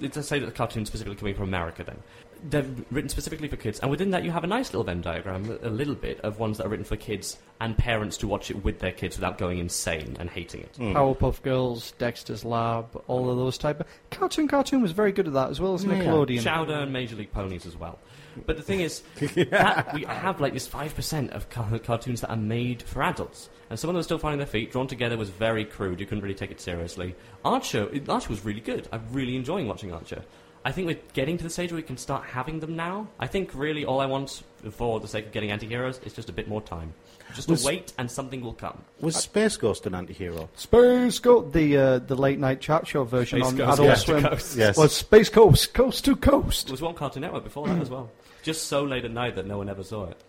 let's say that the cartoons specifically coming from America then. They're written specifically for kids, and within that you have a nice little Venn diagram, a little bit, of ones that are written for kids and parents to watch it with their kids without going insane and hating it. Mm. Powerpuff Girls, Dexter's Lab, all of those type. Of, cartoon Cartoon was very good at that as well as Yeah. Nickelodeon. Chowder and Major League Ponies as well. But the thing is, that we have like this 5% of car- cartoons that are made for adults. And some of them are still finding their feet. Drawn Together was very crude. You couldn't really take it seriously. Archer, it- Archer was really good. I'm really enjoying watching Archer. I think we're getting to the stage where we can start having them now. I think really all I want for the sake of getting anti-heroes is just a bit more time. Just Was- to wait and something will come. Was Space Ghost an anti-hero? Space Ghost, the uh, the late night chat show version Space on Ghost, Adult Coast to Swim, Coast. Yes. was Space Coast, Coast to There Coast. was one Cartoon Network before that as well. Just so late at night that no one ever saw it.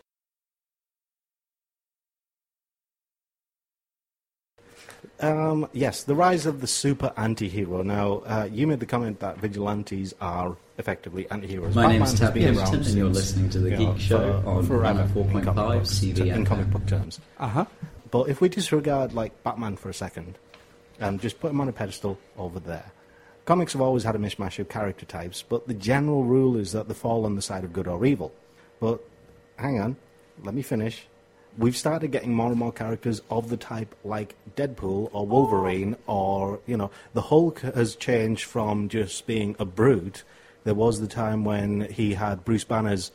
Um, yes, the rise of the super anti-hero. Now, uh, you made the comment that vigilantes are effectively anti-heroes. My Batman name's has Tab been Gibson, around and since, you're listening to The you Geek know, Show on forever 104.5 in comic books, in CBFM. comic book terms. Uh huh. But if we disregard like Batman for a second, um, just put him on a pedestal over there. Comics have always had a mishmash of character types, but the general rule is that they fall on the side of good or evil. But hang on, let me finish. We've started getting more and more characters of the type like Deadpool or Wolverine or, you know, the Hulk has changed from just being a brute. There was the time when he had Bruce Banner's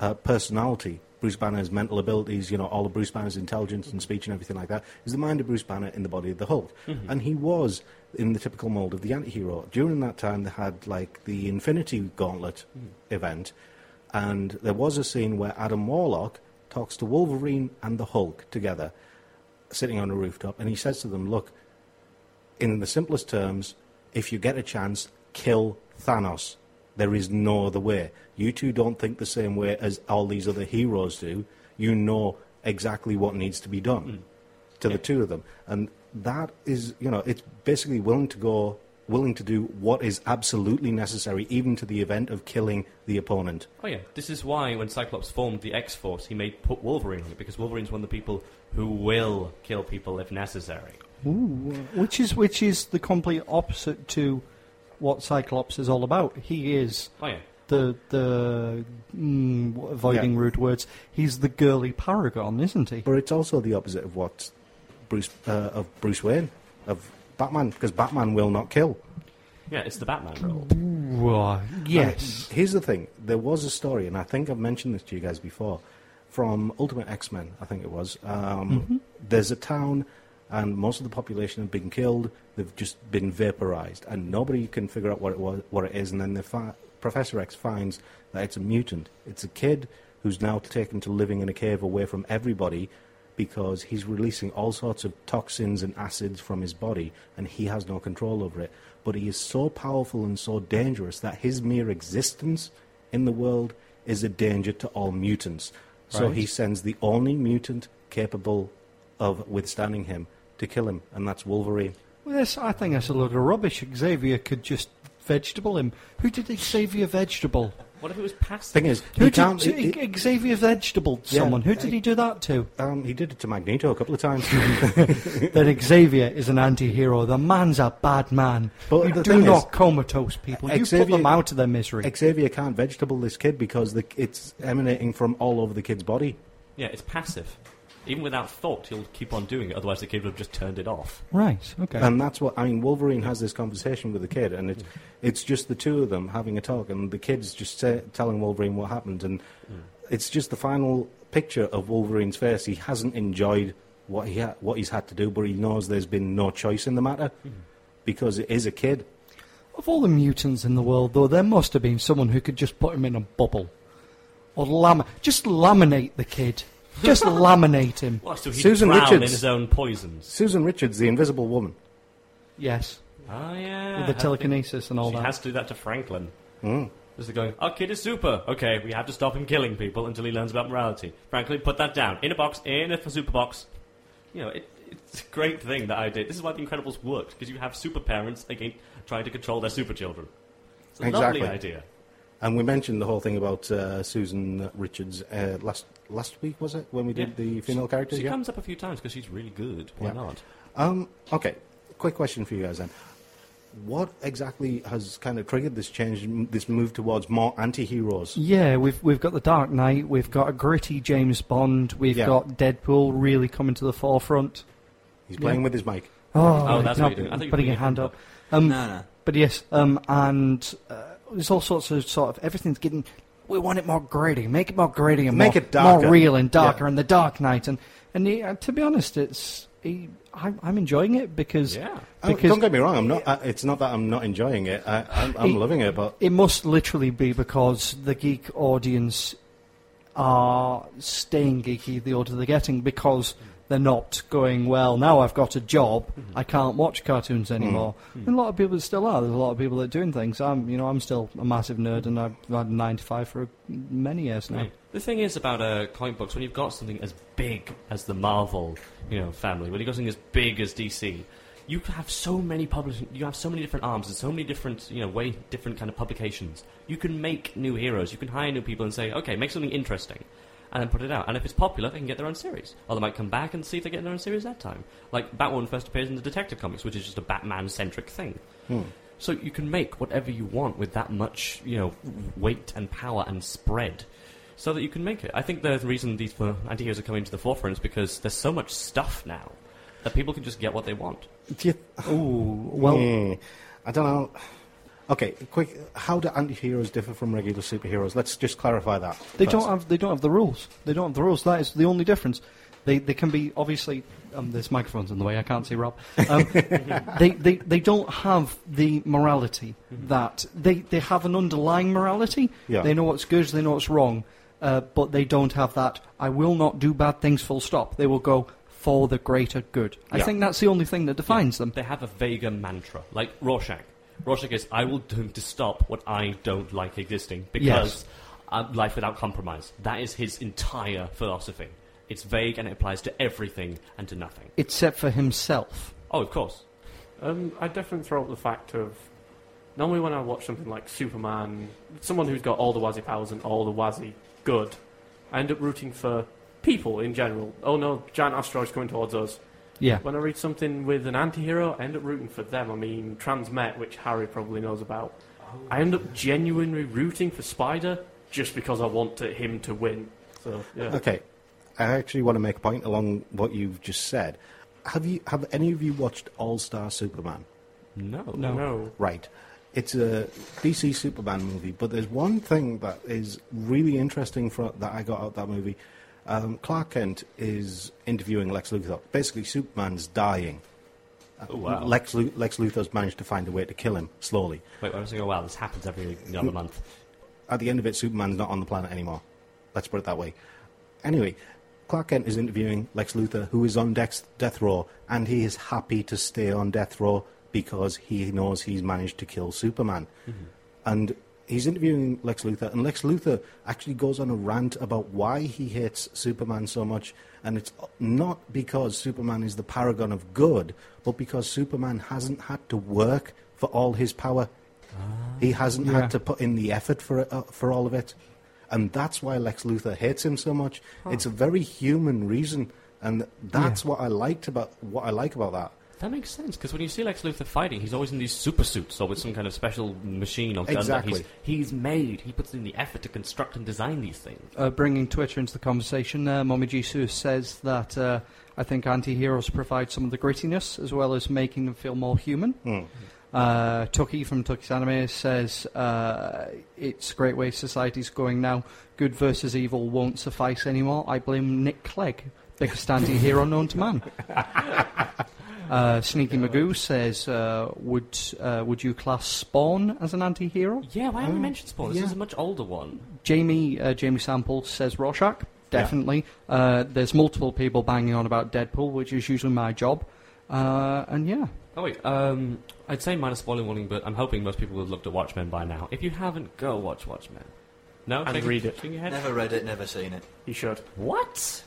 uh, personality, Bruce Banner's mental abilities, you know, all of Bruce Banner's intelligence and speech and everything like that, is the mind of Bruce Banner in the body of the Hulk. And he was in the typical mold of the anti hero. During that time, they had, like, the Infinity Gauntlet event, and there was a scene where Adam Warlock talks to Wolverine and the Hulk together, sitting on a rooftop, and he says to them, Look, in the simplest terms, if you get a chance, kill Thanos. There is no other way. You two don't think the same way as all these other heroes do. You know exactly what needs to be done to the two of them. And that is, you know, it's basically willing to go, willing to do what is absolutely necessary, even to the event of killing the opponent. Oh yeah, this is why when Cyclops formed the X Force, he made put Wolverine on it because Wolverine's one of the people who will kill people if necessary. Which is which is the complete opposite to what Cyclops is all about. He is Oh yeah, the the mm, avoiding Yeah. rude words. He's the girly paragon, isn't he? But it's also the opposite of what Bruce, uh, of Bruce Wayne, of Batman, because Batman will not kill. yeah, it's the Batman role. Yes. Uh, here's the thing. There was a story, and I think I've mentioned this to you guys before, from Ultimate X Men, I think it was. Um, There's a town, and most of the population have been killed. They've just been vaporized, and nobody can figure out what it, was, what it is. And then the fi- Professor X finds that it's a mutant. It's a kid who's now taken to living in a cave away from everybody because he's releasing all sorts of toxins and acids from his body and he has no control over it. But he is so powerful and so dangerous that his mere existence in the world is a danger to all mutants. So Right. he sends the only mutant capable of withstanding him to kill him, and that's Wolverine. Well, Yes, I think that's a load of rubbish. Xavier could just vegetable him. Who did Xavier vegetable? What if it was past? Thing is, he Who did can't- Xavier he- Xavier vegetable Yeah, someone? Who did he do that to? Um, he did it to Magneto a couple of times. Then Xavier is an anti-hero. The man's a bad man. But you the do thing is, not comatose people. You put them out of their misery. Xavier can't vegetable this kid because the, it's emanating from all over the kid's body. Yeah, it's passive. Even without thought, he'll keep on doing it. Otherwise, the kid would have just turned it off. Right. Okay. And that's what I mean. Wolverine has this conversation with the kid, and it's it's just the two of them having a talk, and the kid's just say, telling Wolverine what happened, and Mm. it's just the final picture of Wolverine's face. He hasn't enjoyed what he ha- what he's had to do, but he knows there's been no choice in the matter Mm. because it is a kid. Of all the mutants in the world, though, there must have been someone who could just put him in a bubble. Or lam- just laminate the kid. Just laminate him. Well, so he'd Susan drown in Richards. his own poisons. Susan Richards, the Invisible Woman. Yes. Ah, yeah. With the telekinesis and all she that. has to do that to Franklin. Mm. Just the going, our kid is super. Okay, we have to stop him killing people until he learns about morality. Franklin, put that down. In a box, in a super box. You know, it, it's a great thing that I did. This is why The Incredibles worked, because you have super parents again trying to control their super children. It's a Exactly. lovely idea. And we mentioned the whole thing about uh, Susan Richards uh, last last week, was it when we did Yeah. the female She- characters? She yeah? comes up a few times because she's really good. Why Yeah. not? Um, okay, quick question for you guys then. What exactly has kind of triggered this change, m- this move towards more anti-heroes? Yeah, we've we've got the Dark Knight, we've got a gritty James Bond, we've Yeah. got Deadpool really coming to the forefront. He's playing with his mic. Oh, Oh, that's no, what you're doing. I thought putting you were putting your your hand hand up. Um, No, no. But yes, um, and uh, there's all sorts of sort of everything's getting. We want it more gritty, make it more gritty and Make more, it darker. more real and darker, Yeah. and the Dark Knight. And and uh, to be honest, it's I, I'm enjoying it because Yeah. Oh, because don't get me wrong. I'm not. I, it's not that I'm not enjoying it. I, I'm, I'm He- loving it. But It must literally be because the geek audience are staying geeky the older they're getting because they're not going, well, now I've got a job, I can't watch cartoons anymore. And a lot of people that still are. There's a lot of people that are doing things. I'm, you know, I'm still a massive nerd and I've had a 9 to 5 for many years now. Right. The thing is about uh, comic books, when you've got something as big as the Marvel, you know, family, when you've got something as big as DC, you can have so many publishing, you have so many different arms and so many different, you know, way different kind of publications. You can make new heroes. You can hire new people and say, okay, make something interesting, and then put it out. And if it's popular, they can get their own series, or they might come back and see if they get their own series that time. Like Batwoman first appears in the Detective Comics, which is just a Batman-centric thing. So you can make whatever you want with that much, you know, weight and power and spread, so that you can make it. I think the reason these uh, anti-heroes are coming to the forefront is because there's so much stuff now that people can just get what they want. do you, Ooh, well, Hmm, I don't know. Okay, quick. How do anti-heroes differ from regular superheroes? Let's just clarify that. They first. don't have they don't have the rules. They don't have the rules. That is the only difference. They they can be obviously um, there's microphones in the way. I can't see Rob. Um, they, they they don't have the morality that they they have an underlying morality. Mm-hmm. Yeah. They know what's good. They know what's wrong. Uh, but they don't have that. I will not do bad things. Full stop. They will go for the greater good. I Yeah. think that's the only thing that defines them. They have a vaguer mantra, like Rorschach. Rorschach is, "I will do to stop what I don't like existing because uh, life without compromise." That is his entire philosophy. It's vague and it applies to everything and to nothing. Except for himself. Oh, of course. Um, I definitely throw up the fact of normally when I watch something like Superman, someone who's got all the Wazzy powers and all the Wazzy good, I end up rooting for people in general. Oh no, giant asteroids coming towards us. Yeah. When I read something with an anti-hero, I end up rooting for them. I mean, Transmet, which Harry probably knows about. I end up genuinely rooting for Spider just because I want to, him to win. So yeah. Okay, I actually want to make a point along what you've just said. Have you have any of you watched All Star Superman? No, No. Right. It's a DC Superman movie, but there's one thing that is really interesting for, that I got out of that movie. Um, Clark Kent is interviewing Lex Luthor. Basically, Superman's dying. wow. Lex, Lu- Lex Luthor's managed to find a way to kill him slowly. Wait, I was thinking, oh, wow, this happens every other month. at the end of it, Superman's not on the planet anymore. Let's put it that way. Anyway, Clark Kent is interviewing Lex Luthor, who is on Dex- death row, and he is happy to stay on death row because he knows he's managed to kill Superman. And he's interviewing Lex Luthor, and Lex Luthor actually goes on a rant about why he hates Superman so much, and it's not because Superman is the paragon of good, but because Superman hasn't had to work for all his power. He hasn't Yeah. had to put in the effort for it, uh, for all of it, and that's why Lex Luthor hates him so much. Huh. It's a very human reason, and that's what I liked about what I like about that. That makes sense because when you see Lex Luthor fighting, he's always in these super suits or with some kind of special machine or gun that Exactly. he's, he's made. He puts in the effort to construct and design these things. Uh, bringing Twitter into the conversation, uh, Mommy Jesus says that uh, I think anti heroes provide some of the grittiness as well as making them feel more human. Uh, Tucky from Tucky's Anime says uh, it's a great way society's going now. Good versus evil won't suffice anymore. I blame Nick Clegg, biggest anti hero known to man. Uh, Sneaky Magoo says, uh, "Would uh, would you class Spawn as an anti-hero?" Yeah, why haven't we mentioned Spawn? This yeah. is a much older one. Jamie uh, Jamie Sample says Rorschach. Definitely. Uh, there's multiple people banging on about Deadpool, which is usually my job. Uh, and yeah, Oh wait, um, I'd say minus spoiler warning, but I'm hoping most people will have looked at Watchmen by now. If you haven't, go watch Watchmen. No, And Shaking- read it. shaking your head? Never read it, never seen it. You should. What?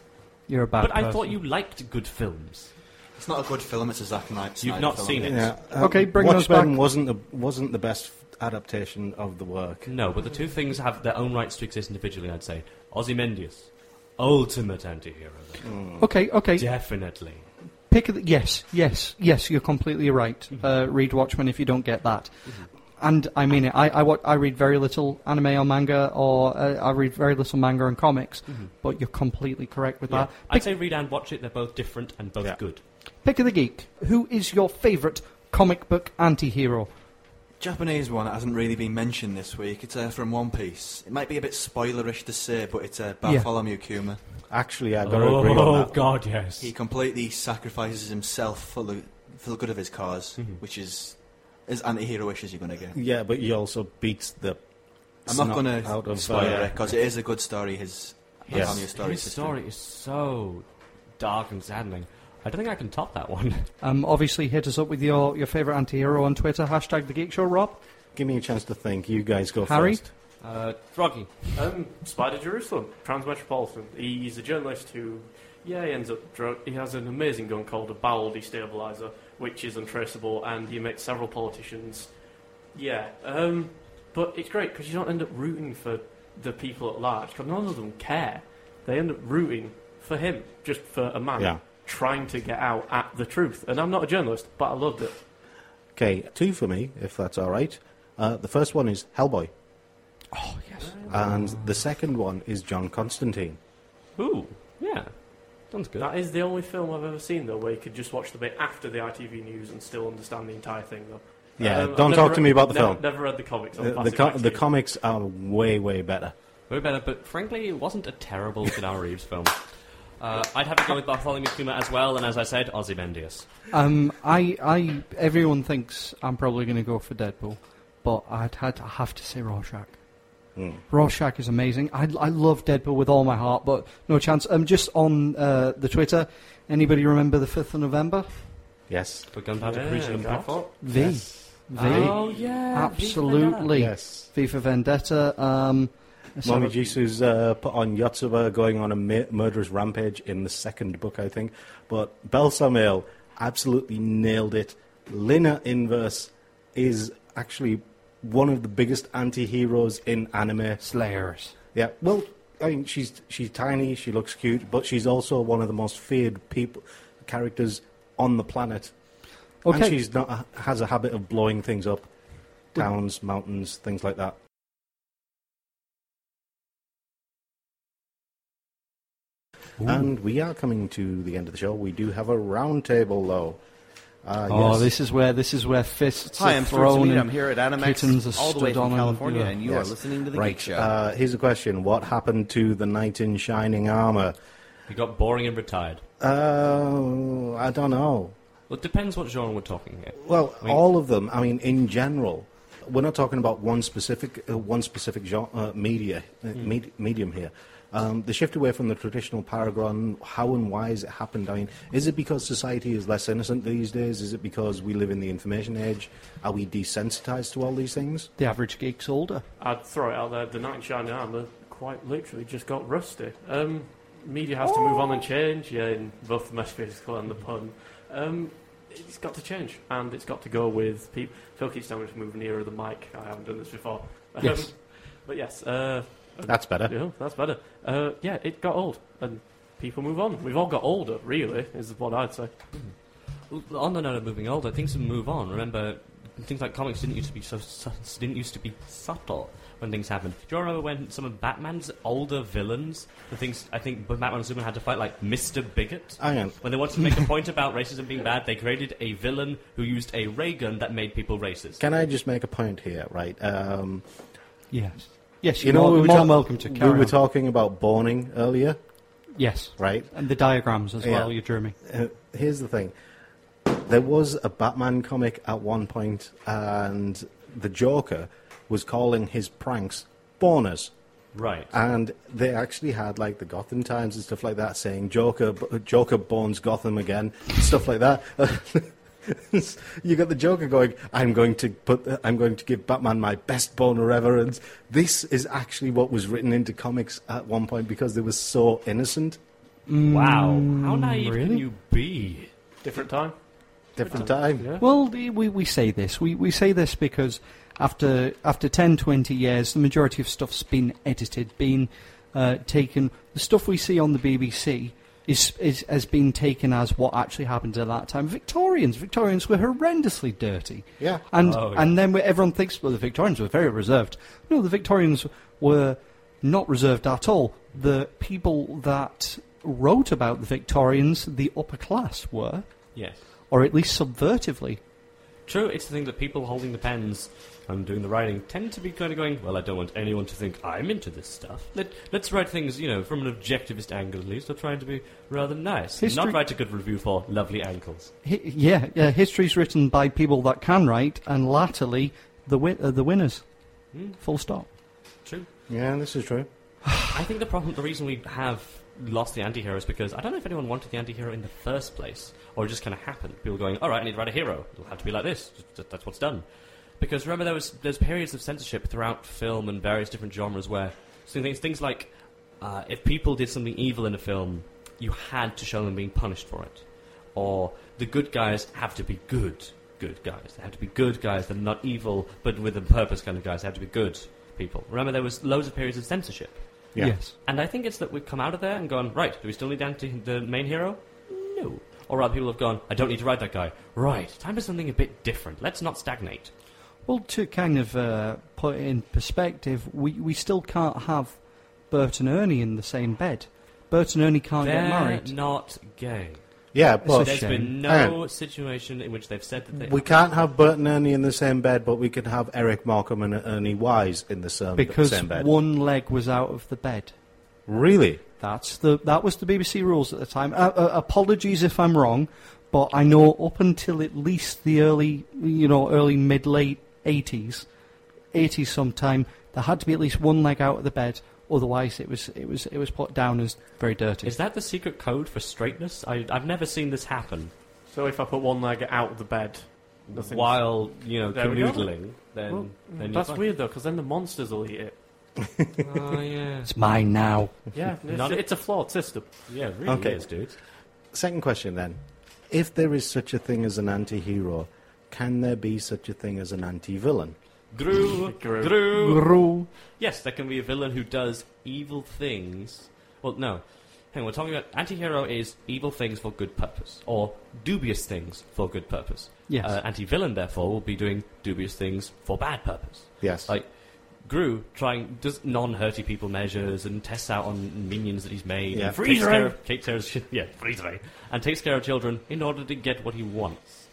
you're a bad but I person. thought you liked good films. It's not a good film. It's a Zack Knight. You've not seen it. Okay, bring those Watchmen back. uh, wasn't the, wasn't the best adaptation of the work. No, but the two things have their own rights to exist individually. I'd say Ozymandias, ultimate anti-hero. Okay, okay. Definitely. Pick of the, yes, yes, yes. You're completely right. Mm-hmm. Uh, read Watchmen if you don't get that. And I mean it. I I, wa- I read very little anime or manga, or uh, I read very little manga and comics. But you're completely correct with Mm-hmm. Yeah. that. I'd say read and watch it. They're both different and both Yeah. good. Pick of the geek. Who is your favourite comic book anti-hero? Japanese one that hasn't really been mentioned this week. It's uh, from One Piece. It might be a bit spoilerish to say, but it's uh, Bartholomew Kuma. Actually, I Oh, gotta agree on that. Oh, God, yes. He completely sacrifices himself for the for the good of his because Mm-hmm. which is as anti-heroish as you're going to get. Yeah, but you also beat the. I'm not snot going out to of, spoil uh, it because it is a good story. His Yes. Bartholomew story. His system. story is so dark and saddening. I don't think I can top that one. Um, obviously, hit us up with your, your favourite anti hero on Twitter, hashtag The Geek Show, Rob. Give me a chance to think. You guys go Harry? first. Uh, Froggy. Um, Spider Jerusalem, Transmetropolitan. He's a journalist who, yeah, he ends up. Dro- he has an amazing gun called a bowel destabilizer, which is untraceable, and he makes several politicians. Yeah, um, but it's great because you don't end up rooting for the people at large because none of them care. They end up rooting for him, just for a man Yeah. trying to get out at the truth. And I'm not a journalist, but I loved it. Okay, two for me, if that's all right. Uh, the first one is Hellboy, Oh, yes. and the second one is John Constantine. Ooh, yeah. Sounds good. That is the only film I've ever seen though where you could just watch the bit after the ITV news and still understand the entire thing though. Yeah, Um, I've don't never talk to read- me about the never- film. Never read the comics. Oh, I'll The, pass Uh, the, it co- back to the you. comics are way, way better. Way better, but frankly, it wasn't a terrible Keanu Reeves film. Uh, I'd have to go with Bartholomew Kuma as well, and as I said, Ozymandias. Um, I, I, everyone thinks I'm probably going to go for Deadpool, but I'd had, I have to say Rorschach. Hmm. Rorschach is amazing. I, I love Deadpool with all my heart, but no chance. Um, just on uh, the Twitter, anybody remember the 5th of November? Yes. For Gunpowder Yeah, Crucial Impact. Gunpowder. V. V. Oh, yeah. Absolutely. Yes. V for Vendetta. Um, let's have Mommy a- Jesus uh, put on Yotsuba going on a ma- murderous rampage in the second book, I think. But Belsamil absolutely nailed it. Lina Inverse is actually one of the biggest anti heroes in anime. Slayers. Yeah, well, I mean, she's, she's tiny, she looks cute, but she's also one of the most feared people, characters on the planet. Okay. And she's not, has a habit of blowing things up towns, mountains, things like that. And we are coming to the end of the show. We do have a round table, though. Uh, Oh, yes. this is where this is where fists Hi, are I'm Stuart thrown. Samita. and I'm here at kittens are Animax, all the way stood on from and- California, yeah. and you Yes. are listening to the right. Geek Show. Uh, here's a question: What happened to the knight in shining armor? He got boring and retired. Uh, I don't know. Well, it depends what genre we're talking here. Well, I mean- all of them. I mean, in general, we're not talking about one specific uh, one specific genre, uh, media uh, Hmm. med- medium here. Um, the shift away from the traditional paragon, how and why has it happened? I mean, is it because society is less innocent these days? Is it because we live in the information age? Are we desensitized to all these things? The average geek's older. I'd throw it out there. The knight in shining armor quite literally just got rusty. Um, media has to move on and change, yeah, in both the metaphysical and the pun. Um, it's got to change, and it's got to go with people. Phil keeps telling me to move nearer the mic. I haven't done this before. Um, Yes. but yes, uh, That's better. Yeah, that's better. Uh, yeah, it got old, and people move on. We've all got older, really, is what I'd say. On the note of moving older, things move on. Remember, things like comics didn't used to be so su- didn't used to be subtle when things happened. Do you remember when some of Batman's older villains, the things I think Batman and Superman had to fight, like Mister Bigot? Hang on. When they wanted to make a point about racism being bad, they created a villain who used a ray gun that made people racist. Can I just make a point here, right? Um, Yes. Yes, you you're know, we more, were more talk- welcome to we carry were on. talking about boning earlier, Yes. right? And the diagrams as Yeah. well, you drew me. Uh, here's the thing. There was a Batman comic at one point, and the Joker was calling his pranks boners. Right. And they actually had like the Gotham Times and stuff like that saying Joker, Joker bones Gotham again, stuff like that. you got the Joker going, I'm going to put, I'm going to give Batman my best boner ever. And this is actually what was written into comics at one point because they were so innocent. Wow. How naive can you be? Different time. Different time. Yeah. Well, the- we, we say this. We, we say this because after after 10, 20 years, the majority of stuff's been edited, been uh, taken. The stuff we see on the BBC is, is has been taken as what actually happened at that time. Victorians, Victorians were horrendously dirty. Yeah. and Oh, yeah. and then we- everyone thinks well, the Victorians were very reserved. No, the Victorians were not reserved at all. The people that wrote about the Victorians, the upper class, were Yes. or at least subvertively. True, it's the thing that people holding the pens and doing the writing tend to be kind of going, well, I don't want anyone to think I'm into this stuff. Let, let's write things, you know, from an objectivist angle at least, or trying to be rather nice. History- Not write a good review for lovely ankles. Hi- yeah, yeah, history's written by people that can write, and latterly the wi- uh, the winners. Hmm. Full stop. True. Yeah, this is true. I think the problem, the reason we have lost the anti-hero is because I don't know if anyone wanted the anti-hero in the first place, or it just kind of happened. People going, all right, I need to write a hero. It'll have to be like this. Just- just- That's what's done. Because remember, there was there's periods of censorship throughout film and various different genres where so things things like uh, if people did something evil in a film, you had to show them being punished for it, or the good guys have to be good good guys. They have to be good guys. They're not evil, but with a purpose kind of guys. They have to be good people. Remember, there was loads of periods of censorship. Yeah. Yes. And I think it's that we've come out of there and gone, right, do we still need the anti- the main hero? No. Or rather, people have gone, I don't need to write that guy. Right, time for something a bit different. Let's not stagnate. Well, to kind of uh, put it in perspective, we, we still can't have Bert and Ernie in the same bed. Bert and Ernie Oh, can't They're get married. not gay. Yeah, a but There's shame. been Hang no on. situation in which they've said that they Oh, we can't have Bert and Ernie in the same bed, but we can have Eric Markham and Ernie Wise in the same, because same bed. one leg was out of the bed. Really? That's the that was the BBC rules at the time. Uh, uh, apologies if I'm wrong, but I know up until at least the early, you know, early mid late eighties, eighties sometime, there had to be at least one leg out of the bed. Otherwise, it was it was it was put down as very dirty. Is that the secret code for straightness? I, I've never seen this happen. So if I put one leg out of the bed, nothing. While, you know, There we go. canoodling, then, Well, then that's you're fine. weird though, because then the monsters will eat it. Oh, yeah. It's mine now. Yeah, it's, Not- it's a flawed system. Yeah, it really Okay. is, dude. Second question then. If there is such a thing as an anti hero, can there be such a thing as an anti villain? Gru, Gru. Gru. Gru. Yes, there can be a villain who does evil things. Well, no. Hang on, we're talking about anti-hero is evil things for good purpose, or dubious things for good purpose. Yes. Uh, anti-villain, therefore, will be doing dubious things for bad purpose. Yes. Like, Gru trying does non-hurty people measures and tests out on minions that he's made. Yeah. and takes Freeze care ray. of, takes care of, yeah, freeze ray, and takes care of children in order to get what he wants.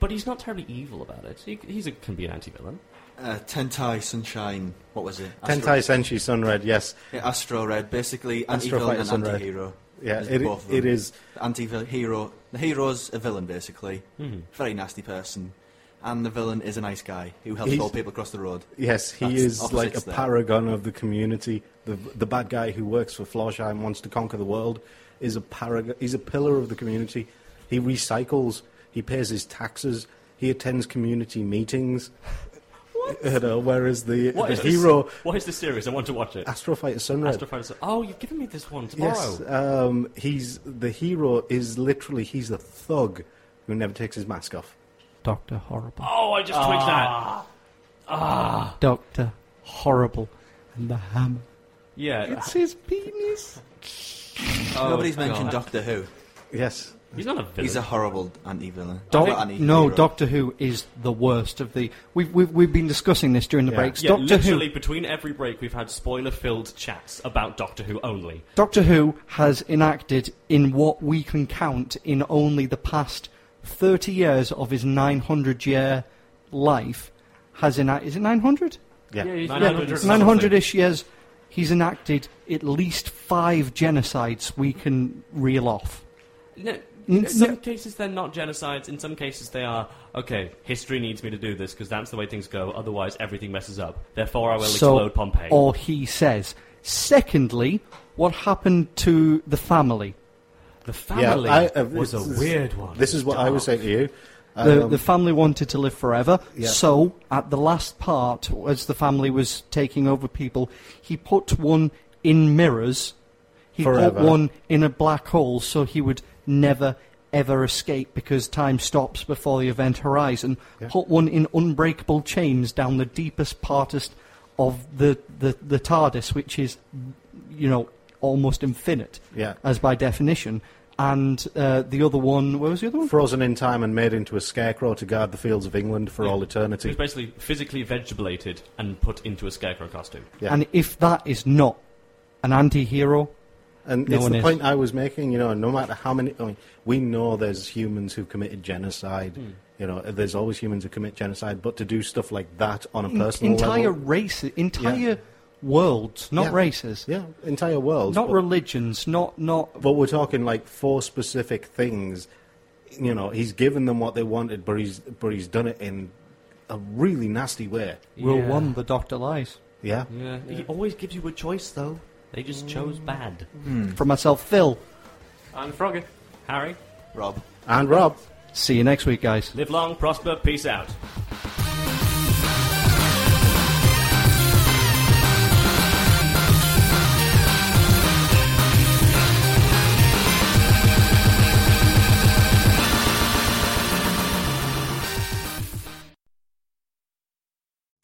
But he's not terribly evil about it. He he's a, can be an anti-villain. Uh, Tentai Sunshine, what was it? Tentai Senshi Sunred, yes. Astro, yeah, Astro Red, basically anti Astro villain Fighter and Sunred. anti hero. Yeah, it, it is. The anti hero. The hero's a villain, basically. Mm-hmm. Very nasty person. And the villain is a nice guy who helps He's- old people across the road. Yes, he That's is like a opposites there. paragon of the community. The, the bad guy who works for Florsheim wants to conquer the world is a paragon. He's a pillar of the community. He recycles. He pays his taxes. He attends community meetings. You know, whereas the, What the is hero This? What is this series? I want to watch it. Astro Fighter Sunred. Astro Fighter. Oh, you've given me this one tomorrow. yes, um, he's the hero is literally he's a thug who never takes his mask off. Doctor Horrible. Oh, I just twitched Ah. that. Ah. Doctor Horrible and the Hammer. Yeah. It's his penis. Oh, Nobody's mentioned God. Doctor Who. Yes. He's not a villain. He's a horrible anti-villain. Doc- Not anti-hero. no, Doctor Who is the worst of the. We've, we've, we've been discussing this during the Yeah. breaks. Yeah, Doctor literally Who. between every break, we've had spoiler-filled chats about Doctor Who only. Doctor Who has enacted in what we can count in only the past 30 years of his 900 year life has enacted. Is it 900? Yeah. Yeah, he's- 900. 900 ish years. He's enacted at least five genocides we can reel off. No, N- in some no. cases they're not genocides. In some cases they are. Okay, history needs me to do this because that's the way things go. Otherwise, everything messes up. Therefore, I will explode Pompeii. Or he says. Secondly, what happened to the family? the family was a uh, this- weird one. This is what I was saying to you. The, Um, the family wanted to live forever. Yeah. So, at the last part, as the family was taking over people, he put one in mirrors. He Forever. put one in a black hole so he would never, ever escape because time stops before the event horizon. Put one in unbreakable chains down the deepest partest of the, the, the TARDIS, which is, you know, almost infinite Yeah. as by definition. And uh, the other one, where was the other one? frozen in time and made into a scarecrow to guard the fields of England for all He was eternity. basically physically vegetablated and put into a scarecrow costume. Yeah. And if that is not an anti hero, And No it's one the is. point I was making, you know, no matter how many, I mean, we know there's humans who've committed genocide. You know, there's always humans who commit genocide, but to do stuff like that on a personal entire level, races, entire worlds, not Yeah. races, yeah, entire world, not but, religions, not. not but we're talking like four specific things. You know, he's given them what they wanted, but he's but he's done it in a really nasty way. Rule one, the doctor lies. Yeah, Hmm. Yeah. He always gives you a choice, though. Mm. They just chose bad. For myself, Phil. And Froggy. Harry, Rob. and Rob. See you next week, guys. live long, prosper, peace out.